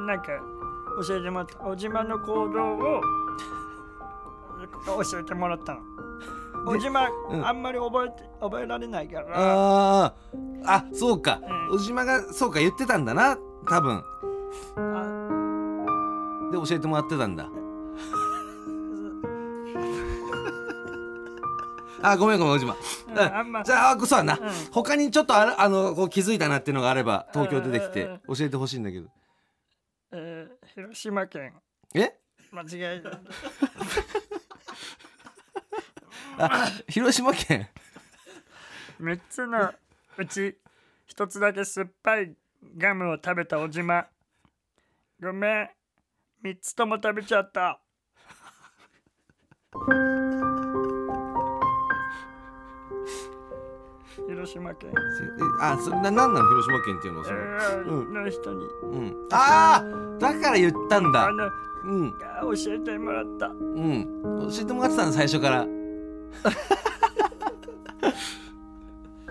S5: ん、なんか教えてもらったおじまの行動を教えてもらったのおじま、
S2: うん
S5: あんまり覚えて覚えられないから
S2: あーあそうか、
S5: う
S2: 小
S5: ん
S2: 島がそうか言ってたんだな多分
S5: あ
S2: で教えてもらってたんだ <laughs> あごめんごめん小島、
S5: う
S2: うんん
S5: あんま
S2: じゃあそうだな、
S5: ん
S2: 他にちょっとあるあのこう気づいたなっていうのがあれば東京出てき
S5: うんうん
S2: て教えてほしいんだけど
S5: えー広島県
S2: え
S5: 間違いない
S2: あ広島 <laughs> 県
S5: 3つのうち1つだけ酸っぱいガムを食べたおじまごめん3つとも食べちゃった広島県
S2: えあそれな何なの広島県っていうのそれ、うん
S5: の人に
S2: うん、ああだから言ったんだ
S5: あの
S2: うん
S5: 教えてもらった
S2: うん教えてもらってたの最初から
S5: ラジ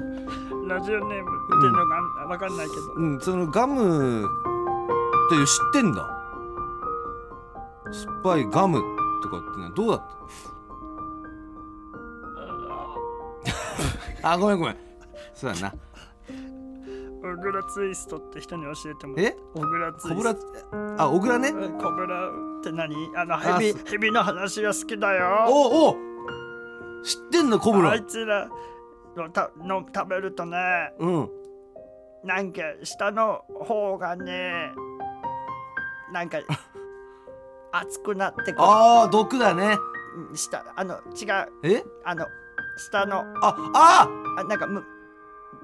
S5: オネームっていうのがあんわかんないけど
S2: うんそのガムって知ってんだ酸っぱいガムとかってのはどうだったあごめんごめん <laughs> そうだな
S5: 小倉ツイストって人に教えてもらった
S2: え
S5: 小倉ツイ
S2: 小
S5: スト
S2: 倉あ小倉ね
S5: コブラって何あのヘビ
S2: あ
S5: ヘビの話が好きだよ
S2: おうおう知ってんのコブ
S5: あ
S2: ラ
S5: いつらのたの食べるとね
S2: うん
S5: なんか下の方がねなんか熱くなってこ
S2: ああ毒だね
S5: う下あの違う
S2: え
S5: あの下の
S2: ああ
S5: あなんかむ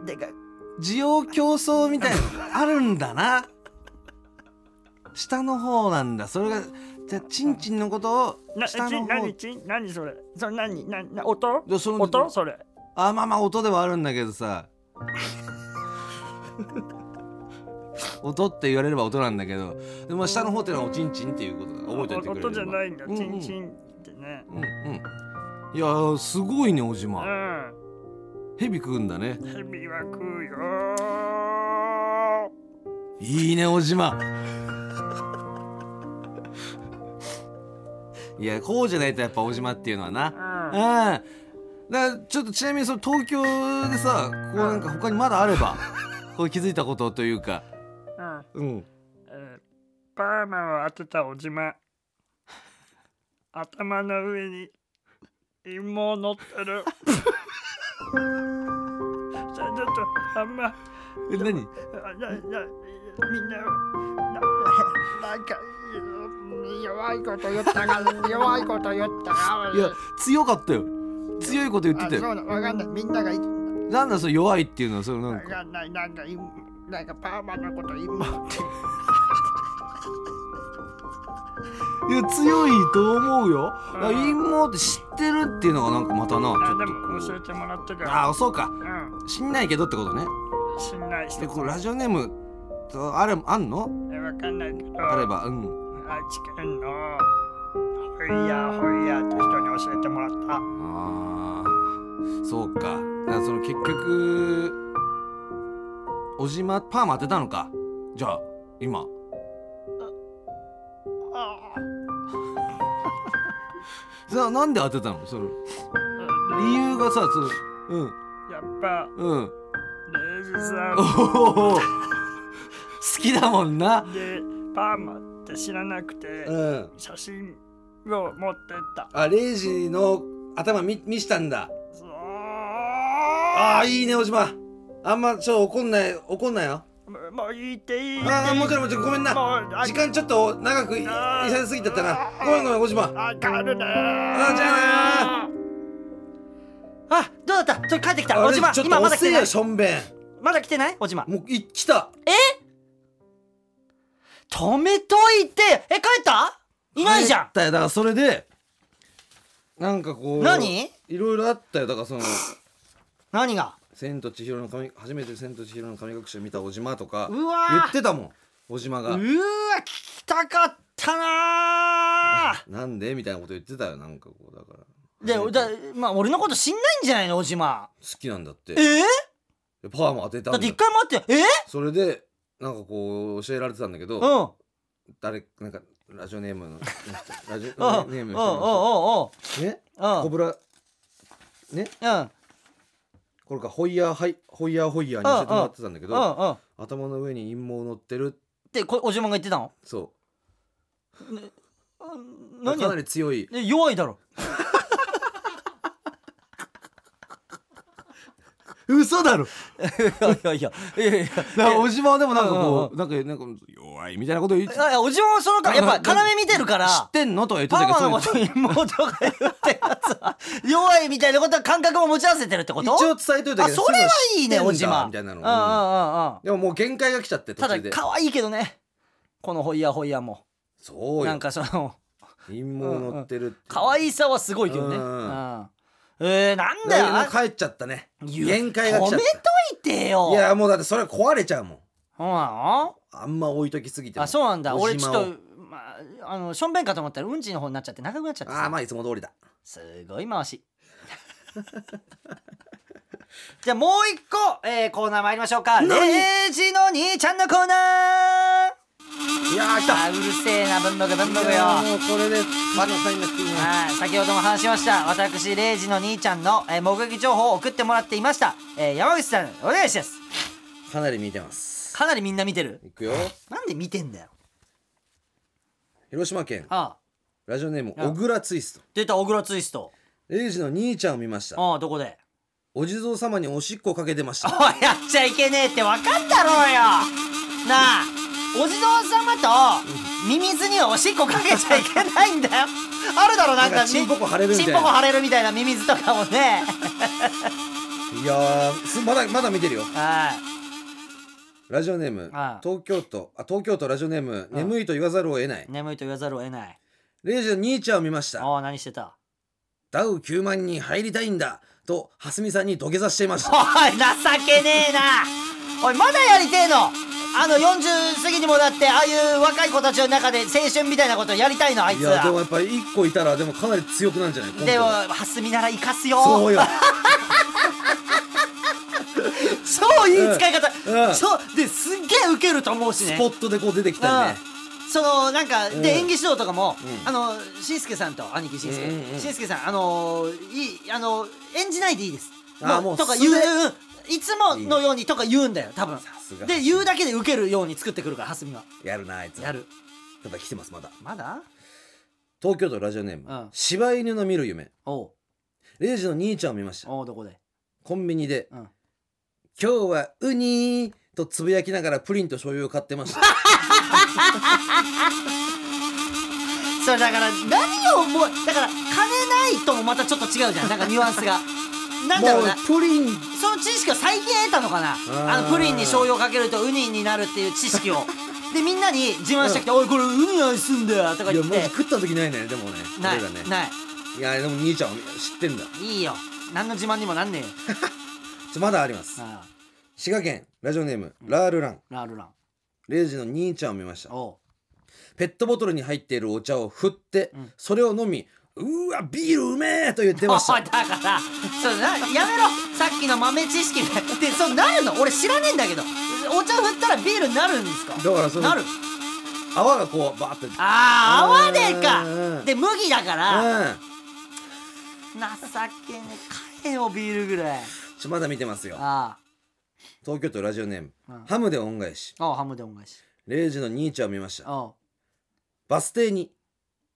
S5: でかい
S2: 需要競争みたい <laughs> なのあるんだな下の方なんだそれがじゃあちんちんのことを
S5: な
S2: 下の
S5: ち
S2: 方
S5: 何ち何それそれ何何な音
S2: でその
S5: 音それ
S2: あまあまあ音ではあるんだけど
S5: <laughs>
S2: さ音って言われれば音なんだけどでも下の方ってのはおちんちんっていうことだ覚えておいてくれれば
S5: 音じゃないんだ
S2: うんうん
S5: ちんちんってね
S2: うんうんいやーすごいねおじ
S5: う
S2: ま
S5: ん
S2: ヘビ食うんだね
S5: ヘビは食うよ
S2: いいねおじ
S5: <laughs>
S2: まいやこうじゃないとやっぱおじまっていうのはな
S5: ーうん
S2: うんだからちょっとちなみにその東京でさこうなんか他にまだあればこう気づいたことというか
S5: うん
S2: うん
S5: えーパーマを当てたおじま頭の上に陰謀乗ってる <laughs> ちょちょっとあんま
S2: え何
S5: あななみんなななんか弱いこと言ったから弱いこと言ったから
S2: いや強かったよ強いこと言っ
S5: あ
S2: てた
S5: そ
S2: よ
S5: うだわかんないみんながい
S2: なんだそれ弱いって <laughs> いうのはそれな
S5: わ
S2: んか
S5: かんないなんか陰なんかパーマのこと陰謀って
S2: いや強いと思うよ
S5: うん
S2: 陰謀って知ってるっていうのがなんかまたなち
S5: あ
S2: ょっ
S5: で
S2: と
S5: も教
S2: こ
S5: え
S2: う
S5: てもらってから
S2: ああそうか
S5: う
S2: 知んないけどってことね
S5: ん信頼して
S2: で
S5: く
S2: こうラジオネームとあれあんの
S5: えわかんないけど
S2: あればうん
S5: 愛知県のホイヤーホイヤーって人に教えてもらった
S2: あーそうかだからその結局おじまパーマ当てたのかじゃあ今
S5: あ
S2: <laughs>
S5: あ
S2: じゃあなんで当てたのその理由がさそのうん
S5: やっぱ
S2: うん
S5: レイジ
S2: お
S5: さ
S2: お好きだもんなん
S5: でパーマって知らなくて
S2: うん
S5: 写真を持ってった
S2: あレイジの頭見見したんだ
S5: そう
S2: ああいいねおじまあんまちょっと怒んない怒んないよ
S5: もうもういいっていいって
S2: ああもうちろんもうちろんごめんな
S5: もう
S2: 時間ちょっと長くいい
S5: あー
S2: させすぎちゃったなごめんごめんおじま
S5: あ帰るね
S2: あじゃあ
S5: あ
S1: あどうだったちょっと帰ってきた
S2: あ
S1: お
S2: れ
S1: じま
S2: ちょっ
S1: 今
S2: と
S1: まだ来
S2: 遅
S1: て
S2: い
S1: ない
S2: よしょんべん
S1: まだ来てないおじま
S2: もうい来た
S1: 止めといてえ帰ったいないじゃ
S2: 帰ったよだからそれでなんかこ
S1: ん
S2: う
S1: 何
S2: いろいろあったよだからその <laughs>
S1: 何が
S2: 「千と千尋の神初めて千と千尋の神隠しを見たおじま」とか
S1: うわー
S2: 言ってたもんおじま
S1: う
S2: が
S1: ーわ聞きたかったなー
S2: なんでみたいなこと言ってたよなんかこうだから
S1: でだまあ俺のこと知んないんじゃないのおじま
S2: 好きなんだって
S1: えー、
S2: パワーも当てたん
S1: だ
S2: だ
S1: って一回も会ってえー、
S2: それでなんかこう教えられてたんだけど、
S1: うん
S2: 誰なんかラジオネームのラジ
S1: う
S2: オ
S1: ん
S2: ネー
S1: うんう
S2: ム
S1: ん
S2: の
S1: う
S2: 人ね
S1: ん
S2: コ
S1: うん
S2: ブラ
S1: うん
S2: これかホイヤーハイホイヤーホイヤーに教えてもらってたんだけ
S1: うん
S2: ど
S1: うんっ
S2: 頭の上に陰謀乗ってる
S1: てこおじまが言ってたの
S2: そ
S1: うん
S2: う
S1: 何
S2: かな
S1: よ
S2: り強い
S1: え弱いだろ
S2: <laughs> 嘘だ
S1: <laughs>
S2: ろ
S1: いやいやいやいやいやいや
S2: おじまはでもなんか
S1: うん
S2: こ
S1: う
S2: うなんかなんか弱いみたいなこと言って知
S1: あいやおじまもそのかやっぱ要見てるから
S2: ってんのとか言って
S1: パ
S2: たけど
S1: ー
S2: そ
S1: マ
S2: うい
S1: の
S2: う
S1: ことに妹が言ってるやつは <laughs> 弱いみたいなことは感覚を持ち合わせてるってこと
S2: 一応伝えといた
S1: あ
S2: けど
S1: それはいいね
S2: すぐ
S1: お
S2: 知って
S1: じ
S2: んだ
S1: ま
S2: みたいなの
S1: うんうんうんうん
S2: でももう限界が来ちゃって途
S1: ただ
S2: 中で
S1: 可愛いけどねこのホイヤーホイヤーも
S2: そう
S1: な
S2: よ
S1: んかその
S2: 陰謀乗ってるって
S1: 可愛さはすごいけどね
S2: う
S1: うんんえー、なんだよ
S2: だけど帰っちゃったね
S1: 言う
S2: 限界が来ちゃっ
S1: 止め
S2: た
S1: 見てよ
S2: いやもうだってそれ壊れちゃうもん
S1: そうなの
S2: あんま置いときすぎても
S1: あそうなんだ
S2: お
S1: 俺
S2: じ
S1: ちょ
S2: ま
S1: っ
S2: を
S1: とまああのしょんべんかと思ったらうんちの方になっちゃって長くなっちゃって
S2: あ
S1: さ
S2: あまあいつも通りだ
S1: すごい回し <laughs> じゃあもう一個、えー、コーナー参りましょうか「レイジの兄ちゃん」のコーナー
S2: いやー来た
S1: あうるせえな文房具文房具
S2: い
S1: よ
S2: やーもうこれでバッタになっていいな
S1: はい、先ほども話しました私レイジの兄ちゃんの、えー目撃情報を送ってもらっていました、えー山口さんお願いします
S2: かなり見てます
S1: かなりみんな見てる
S2: いくよ
S1: なんで見てんだよ
S2: 広島県
S1: ああ
S2: ラジオネーム
S1: あ
S2: 小倉ツイスト
S1: 出た小倉ツイスト
S2: レイジの兄ちゃんを見ました
S1: ああどこで <laughs>
S2: お地蔵様におしっこかけてまし
S1: お
S2: た
S1: いやっちゃいけねえって分かったろうよ <laughs> なあお地蔵様とミミズにはおしっこかけちゃいけないんだよあるだろなんかみ
S4: チンポコ腫れるみたい
S1: チ
S4: な
S1: ンポコ腫れるみたいなミミズとかもね <laughs>
S4: いやーすまだまだ見てるよ
S1: はい
S4: ラジオネーム
S1: ああ
S4: 東京都あ東京都ラジオネーム眠いと言わざるを得ない
S1: 眠いと言わざるを得ない
S4: 0時の兄ちゃんを見ました
S1: ああ何してた
S4: ダウ9万に入りたいんだと蓮見さんに土下座していました
S1: おい情けねえなおいまだやりてえのあの40過ぎにもだってああいう若い子たちの中で青春みたいなことやりたいのあい
S4: い
S1: つ
S4: や
S1: は
S4: でもやっぱり1個いたらでもかなり強くなんじゃない今度
S1: でも蓮見なら生かすよ
S4: そうよ
S1: 超いい使い方、
S4: うんうん
S1: そうですっげえウケると思うしね
S4: スポットでこう出てきたりね
S1: うんそのなんか、
S4: うん
S1: で演技指導とかも、
S4: うん
S1: あのしんすけさんと兄貴しんすけ、
S4: うんうん
S1: しんすけさんあのいいあの演じないでいいです
S4: あーもう
S1: とか言う、
S4: 素で
S1: うんいつものようにとか言うんだよ多分
S4: すが
S1: で言うだけで受けるように作ってくるから蓮見は
S4: やるなあいつ
S1: やる
S4: ただ来てますまだ
S1: まだ
S4: 東京都ラジオネーム、
S1: うん
S4: 柴犬の見る夢
S1: おう
S4: 0時の兄ちゃんを見ました
S1: おうどこで
S4: コンビニで、
S1: うん
S4: 今日はウニーとつぶやきながらプリンと醤油を買ってました
S1: それだから何をもうだから金ないともまたちょっと違うじゃんなんかニュアンス <laughs> が <laughs> なんだろ
S4: もう
S1: うな
S4: プリン
S1: その知識を最近得たのかな
S4: ー
S1: あのプリンに醤油をかけるとウニになるっていう知識 <laughs> をでみんなに自慢してきて「おいこれウニ愛すんだよ」とか
S4: い
S1: 言
S4: や
S1: っ
S4: マジ
S1: て
S4: 食った時ないねでもね
S1: ない
S4: 俺らね
S1: ない
S4: いやでも兄ちゃんは知ってんだ
S1: いいよ何の自慢にもなん <laughs> ねえよ
S4: ちょまだあります
S1: ああ
S4: 滋賀県ラジオネーム、ラールラン
S1: ラールラン
S4: 0時の兄ちゃんを見ました
S1: おう
S4: ペットボトルに入っているお茶を振って、
S1: うん
S4: それを飲みうーわビールうめえと言ってまし
S1: お
S4: た
S1: いだからそれなやめろさっきの豆知識がでそうなるの俺知らねえんだけどお茶振ったらビールになるんですか
S4: だからその
S1: なる
S4: 泡がこうバーって
S1: ああ泡で
S4: う
S1: か
S4: ん
S1: で麦だから
S4: う
S1: 情けねえ買えよビールぐらい
S4: んちょまだ見てますよ
S1: あ
S4: 東京都ラジオネーム、
S1: うん
S4: ハムで恩返し
S1: あああハムで恩返し
S4: 0時の兄ちゃんを見ました
S1: おう
S4: バス停に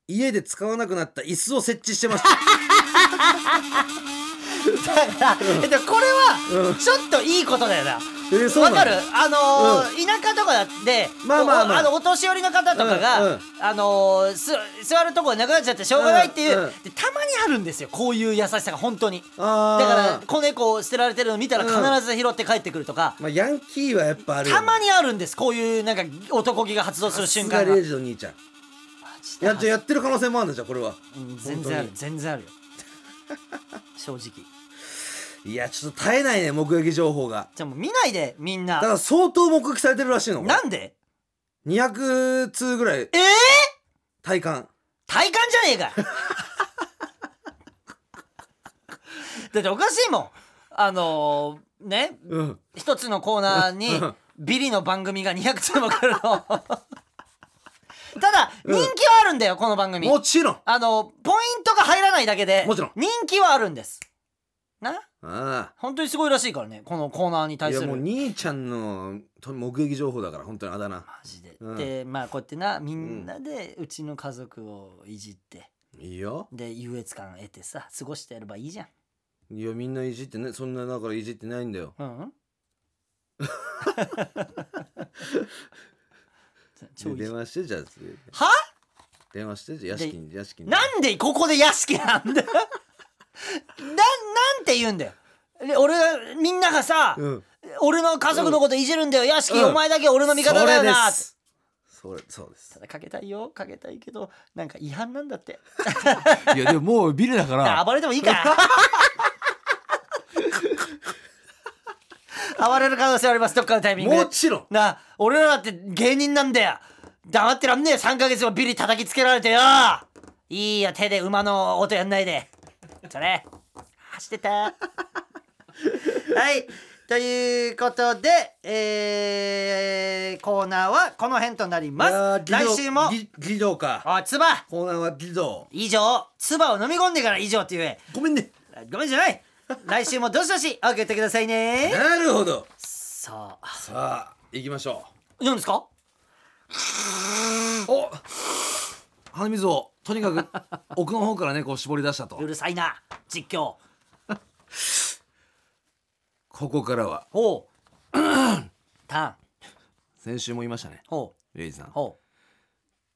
S4: 家で使わなくなった椅子を設置して
S1: <laughs>
S4: ました
S1: だから、えっと、これはちょっといいことだよな。
S4: えーそう
S1: わ
S4: なの
S1: かるあのー田舎とかで、
S4: まあまあまあ
S1: おのお年寄りの方とかが、
S4: うんうん
S1: あのーす座るとこがなくなっちゃってしょうがないっていう、
S4: うんうん
S1: でたまにあるんですよこういう優しさが本当に
S4: あ
S1: だ
S4: ー
S1: から子猫を捨てられてるの見たら
S4: うん
S1: 必ず拾って帰ってくるとか、
S4: まあ、ヤンキーはやっぱあるよ
S1: たまにあるんですこういうなんか男気が発動する瞬間が
S4: レイジの兄ちゃんやっちゃやってる可能性もあるんだじゃんこれは
S1: うん全然ある
S4: 本
S1: 全
S4: <laughs>
S1: 然あるよ正直
S4: いやちょっと絶えないね目撃情報が
S1: じゃあもう見ないでみん
S4: だか
S1: な
S4: ら相当目撃されてるらしいのこれ
S1: なんで
S4: 200通ぐらい
S1: ええ
S4: 体感
S1: 体感じゃね
S4: <laughs>
S1: えかよだっておかしいもんあのーね
S4: うん
S1: 一つのコーナーに
S4: うん
S1: ビリの番組が200通も来るの <laughs> ただ人気
S4: ん
S1: はあるんだよこの番組
S4: もちろん
S1: あのポイントが入らないだけで
S4: もちろん
S1: 人気はあるんですな
S4: あ
S1: 本当にすごいらしいからねこのコーナーに
S4: あ
S1: 対
S4: い
S1: す
S4: や
S1: る
S4: もう
S1: マ
S4: 兄ちゃんのと目撃情報だから本当にあだ名
S1: ジで、
S4: うん
S1: でまあこうやってなみんなでうちの家族をいじって
S4: いいよ
S1: で優越感得てさ過ごしてやればいいじゃん
S4: いやみんないじってねそんなだからいじってないんだよ <laughs>
S1: うん。超
S4: で
S1: いい
S4: 電話してじゃあ
S1: は
S4: 電話してじゃあ屋敷に屋敷に
S1: なんでここで屋敷なんだななんて言うんだよで俺がみんながさ、
S4: うん
S1: 俺の家族のこといじるんだよ、屋敷、
S4: うん
S1: お前だけ俺の味方だよな
S4: それですそれそうです
S1: ただかけたいよかけたいけどなんか違反なんだって
S2: いやでももうビリだ <laughs> から
S1: 暴れてもいい
S4: <laughs>
S1: か暴れる可能性ありますどっかのタイミングで
S4: もちろん
S1: なあ俺らだって芸人なんだよ黙ってらんねえよ3ヶ月もビリ叩きつけられてよいいよ手で馬の音やんないでそれ走ってたはいということで、えー、コーナーはこの辺となり
S4: い
S1: ま
S4: やー
S1: す来週も
S4: 義義堂か
S1: おつば
S4: コーナーは義堂
S1: 以上つばを飲み込んでから以上って言え
S4: ごめんね
S1: ごめんじゃない来週もどしどし開けてくださいね
S4: なるほど
S1: さあ
S4: さあ行きましょ
S1: 何ですか
S4: うお
S2: 鼻水をとにかく <laughs> 奥の方からねこう絞り出したと
S1: うるさいな実況
S4: ここからは
S1: ほう <clears throat> ターン
S2: 先週も言いましたね
S1: ほう
S2: レイジさん
S1: ほ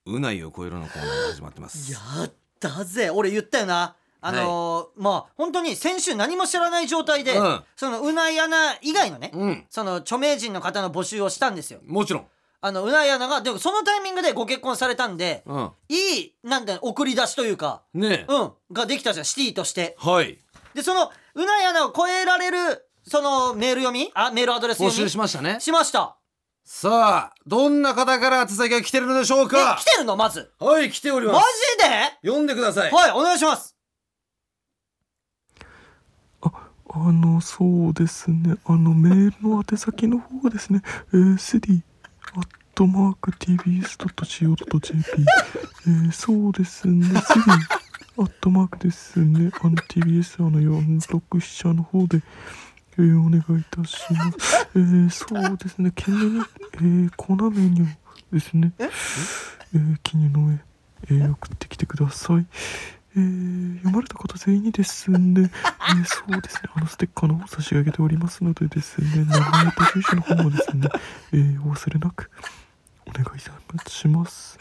S2: うないを超えるのコーナーが始まってます
S1: うあっだぜ俺言ったよなあのーまあ本当に先週何も知らない状態で、
S2: うん
S1: そのうないアナ以外のね、
S2: うん
S1: その著名人の方の募集をしたんですよ
S2: もちろん
S1: あのうないアナがでもそのタイミングでご結婚されたんで、
S2: うん
S1: いいなんだ送り出しというか
S2: ねえ
S1: うんができたじゃんシティとして
S2: はい
S1: でそのうないアナを超えられるそのメール読みあメールアドレス
S2: 募
S1: 読み
S2: 集しましたね
S1: しました
S2: さあどんな方から宛先が来てるのでしょう
S1: え
S2: か
S1: 来てるのまず
S2: <laughs> はい来ており
S1: マ
S2: ま
S1: ジ
S2: す
S1: で
S2: 読んでください
S1: はいお願いします
S6: あの、そうですね。あの、メールの宛先の方がですね、えー、セディ、アットマーク、tbs.co.jp。えー、そうですね、セディ、アットマークですね。あの、tbs、あの、46支社の方で、えー、お願いいたします。えー、そうですね、記念、えー、粉メニューですね。えー、記念の上、えー、送ってきてください。えー読まれた方全員にですね、えーそうですね、あのステッカーの方差し上げておりますのでですね、名前と住所の方もですね、えーお忘れなくお願いいたします。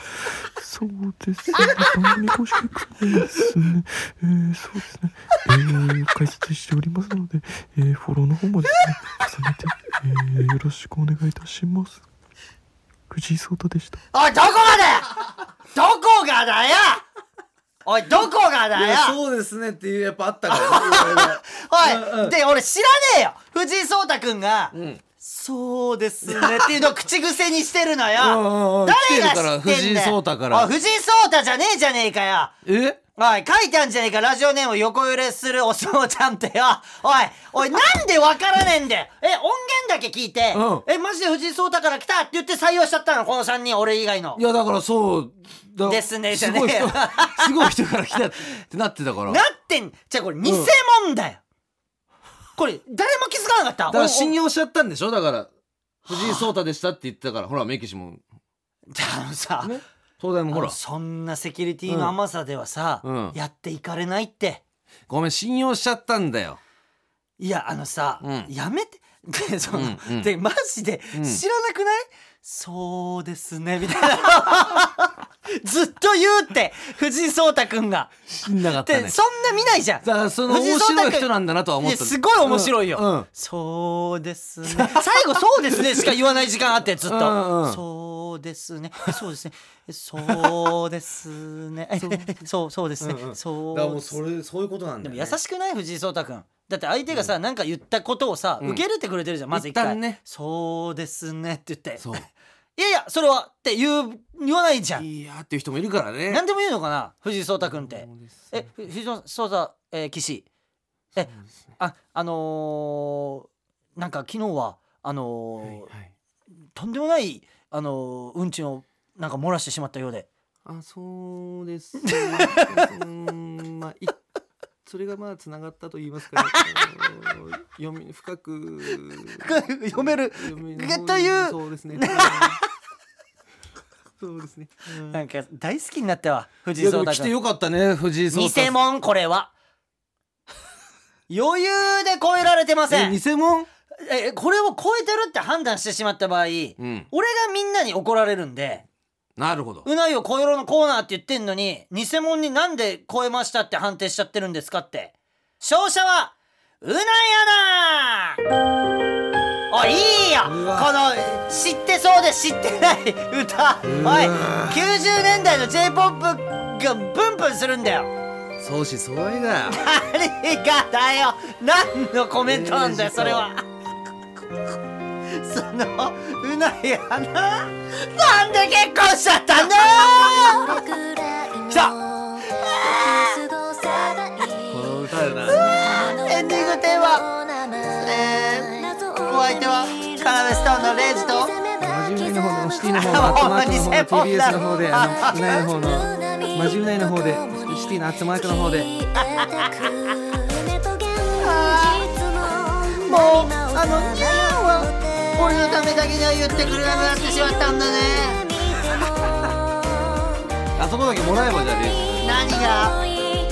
S6: そうですね、番組公式 X の方ですね、えーそうですね、えー解説しておりますので、えーフォローの方もですね、重ねて、えーよろしくお願いいたします。藤井聡太でした。
S1: おい、どこまでどこがだよおい、どこがだ
S2: いや
S1: よ
S2: そうですねっていうやっぱあったからねうん
S1: お
S2: う
S1: い、
S2: ん
S1: で、俺知らねえよ藤井聡太くんが、
S2: ん
S1: そうですねっていうのを口癖にしてるのよ
S2: うんうんうん
S1: 誰が知ってんだよ
S2: 来てるから藤井聡太から
S1: おい、藤井聡太じゃねえじゃねえかよ
S2: <laughs> え
S1: おい、書いてあんじゃねえか、ラジオネーム横揺れするお相ちゃんってよ。おい、おい、なんでわからねえんだよ。え、音源だけ聞いて、
S2: う
S1: え、マジで藤井聡太から来たって言って採用しちゃったの、この3人、俺以外の
S2: い。やだからそうだ
S1: ですねじ
S2: す
S1: ゃね
S2: ごい
S1: えよ
S2: 人すごい人から来たってなってたか
S1: <laughs>
S2: ら
S1: な
S2: だか
S1: ってんじゃあこれ偽物だよ、これ誰も気づかなかった
S2: ら
S1: お
S2: 信
S1: お
S2: 用しちゃったんでしょだから藤井聡太でしたって言ってたからほらメキシ
S1: あ
S2: も
S1: のさ、
S2: ね東大もほ
S1: あ
S2: ら
S1: のそんなセキュリティの甘さではさ、
S2: うん
S1: やっていかれないって
S2: ごめん信用しちゃったんだよ
S1: いやあのさ、
S2: うん
S1: やめてでその、
S2: うんうん
S1: でマジで
S2: うん
S1: 知らなくない、そうですねみたいな <laughs> ずっと言うって藤井聡太くんが、
S2: 知んなかっ
S1: で
S2: たね
S1: そんな見ないじゃん
S2: だからその面白い人なんだなとは思った
S1: いやすごい面白いよ、
S2: うんうん
S1: そうですね最後「そうです
S2: <laughs>
S1: ね」しか言わない時間あってずっと、
S2: うんうん
S1: そうですねそうですねそうですねえそうそうですね、そう
S2: だからもうそれそういうことなんだ
S1: で
S2: よ、
S1: も
S2: ね、
S1: 優しくない藤井聡太君だって相手がさ、なんか言ったことをさ、
S2: うん
S1: 受け入れてくれてるじゃんまず一
S2: 一
S1: 回
S2: 旦ね
S1: そうですね」って言って
S2: そう
S1: いやいやそれは」って言う言わないじゃん
S2: いいやーっていう人もいるからね
S1: 何でも言うのかな藤井聡太君って
S2: そうです
S1: えふ藤井聡太、えー、棋士えああのー、なんか昨日はあのー
S2: はい
S1: とんでもないあのー、うんちをなんか漏らしてしまったようで
S2: あそう <laughs> です、ね、うんまあいそれがまあつながったと言いますか、ね、あの読み深く
S1: く <laughs> 読める
S2: <laughs> 読みの
S1: という
S2: そうですね <laughs> そうですね、うん
S1: なんか大好きになったわ
S2: い
S1: 藤井
S2: やで
S1: 聡
S2: も
S1: 太
S2: 来て
S1: 君
S2: よかったね藤井聡太
S1: 偽物これは余裕で超えられてませ
S2: え
S1: ん
S2: 偽物
S1: えこれを超えてるって判断してしまった場合、
S2: うん
S1: 俺がみんなに怒られるんで
S2: なるほど
S1: うないを超えろのコーナーって言ってんのに偽物になんで超えましたって判定しちゃってるんですかって勝者はうないやなおいいいよこ
S2: うわ
S1: の知ってそうで知ってない歌おい90年代の j p o p がブンブンするんだよ
S2: 相思相愛だよ
S1: 誰がだよ何のコメントなんだよそれはそのうないやななんで結婚しちゃったんだよ
S7: 来た
S2: この歌だな
S7: エンディングテーマえー、お相手はカラメストーンのレイジと
S3: 真面目の方のシティの方
S2: <laughs>
S3: のアットマークの方の
S1: あもう偽物だ
S3: TBS の方であのうないの方の真面目な方でシティのアットマークの方で
S7: もうあのニャーは俺のためだけには言ってくれなくなってしまったんだね
S2: あそこだけもらえばじゃあレイジ
S7: 何が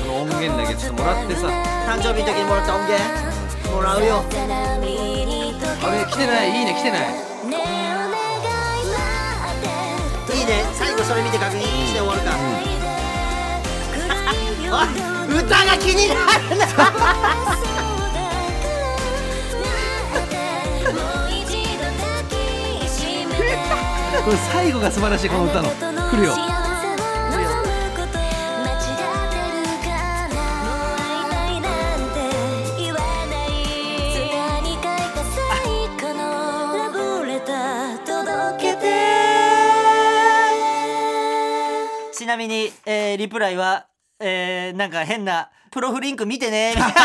S2: この音源だけちょっともらってさ
S1: 誕生日の時にもらった音源もらうよ
S2: あれ来てないいいね来てない
S1: い
S3: <laughs>
S1: いね最後それ見て確認して終わるから
S7: 「おい歌が気になるな
S8: これ最後が素晴らしいこの歌の来るよ
S7: ちなみに、えーリプライは、えーなんか変なプロフリンク見てねみたいな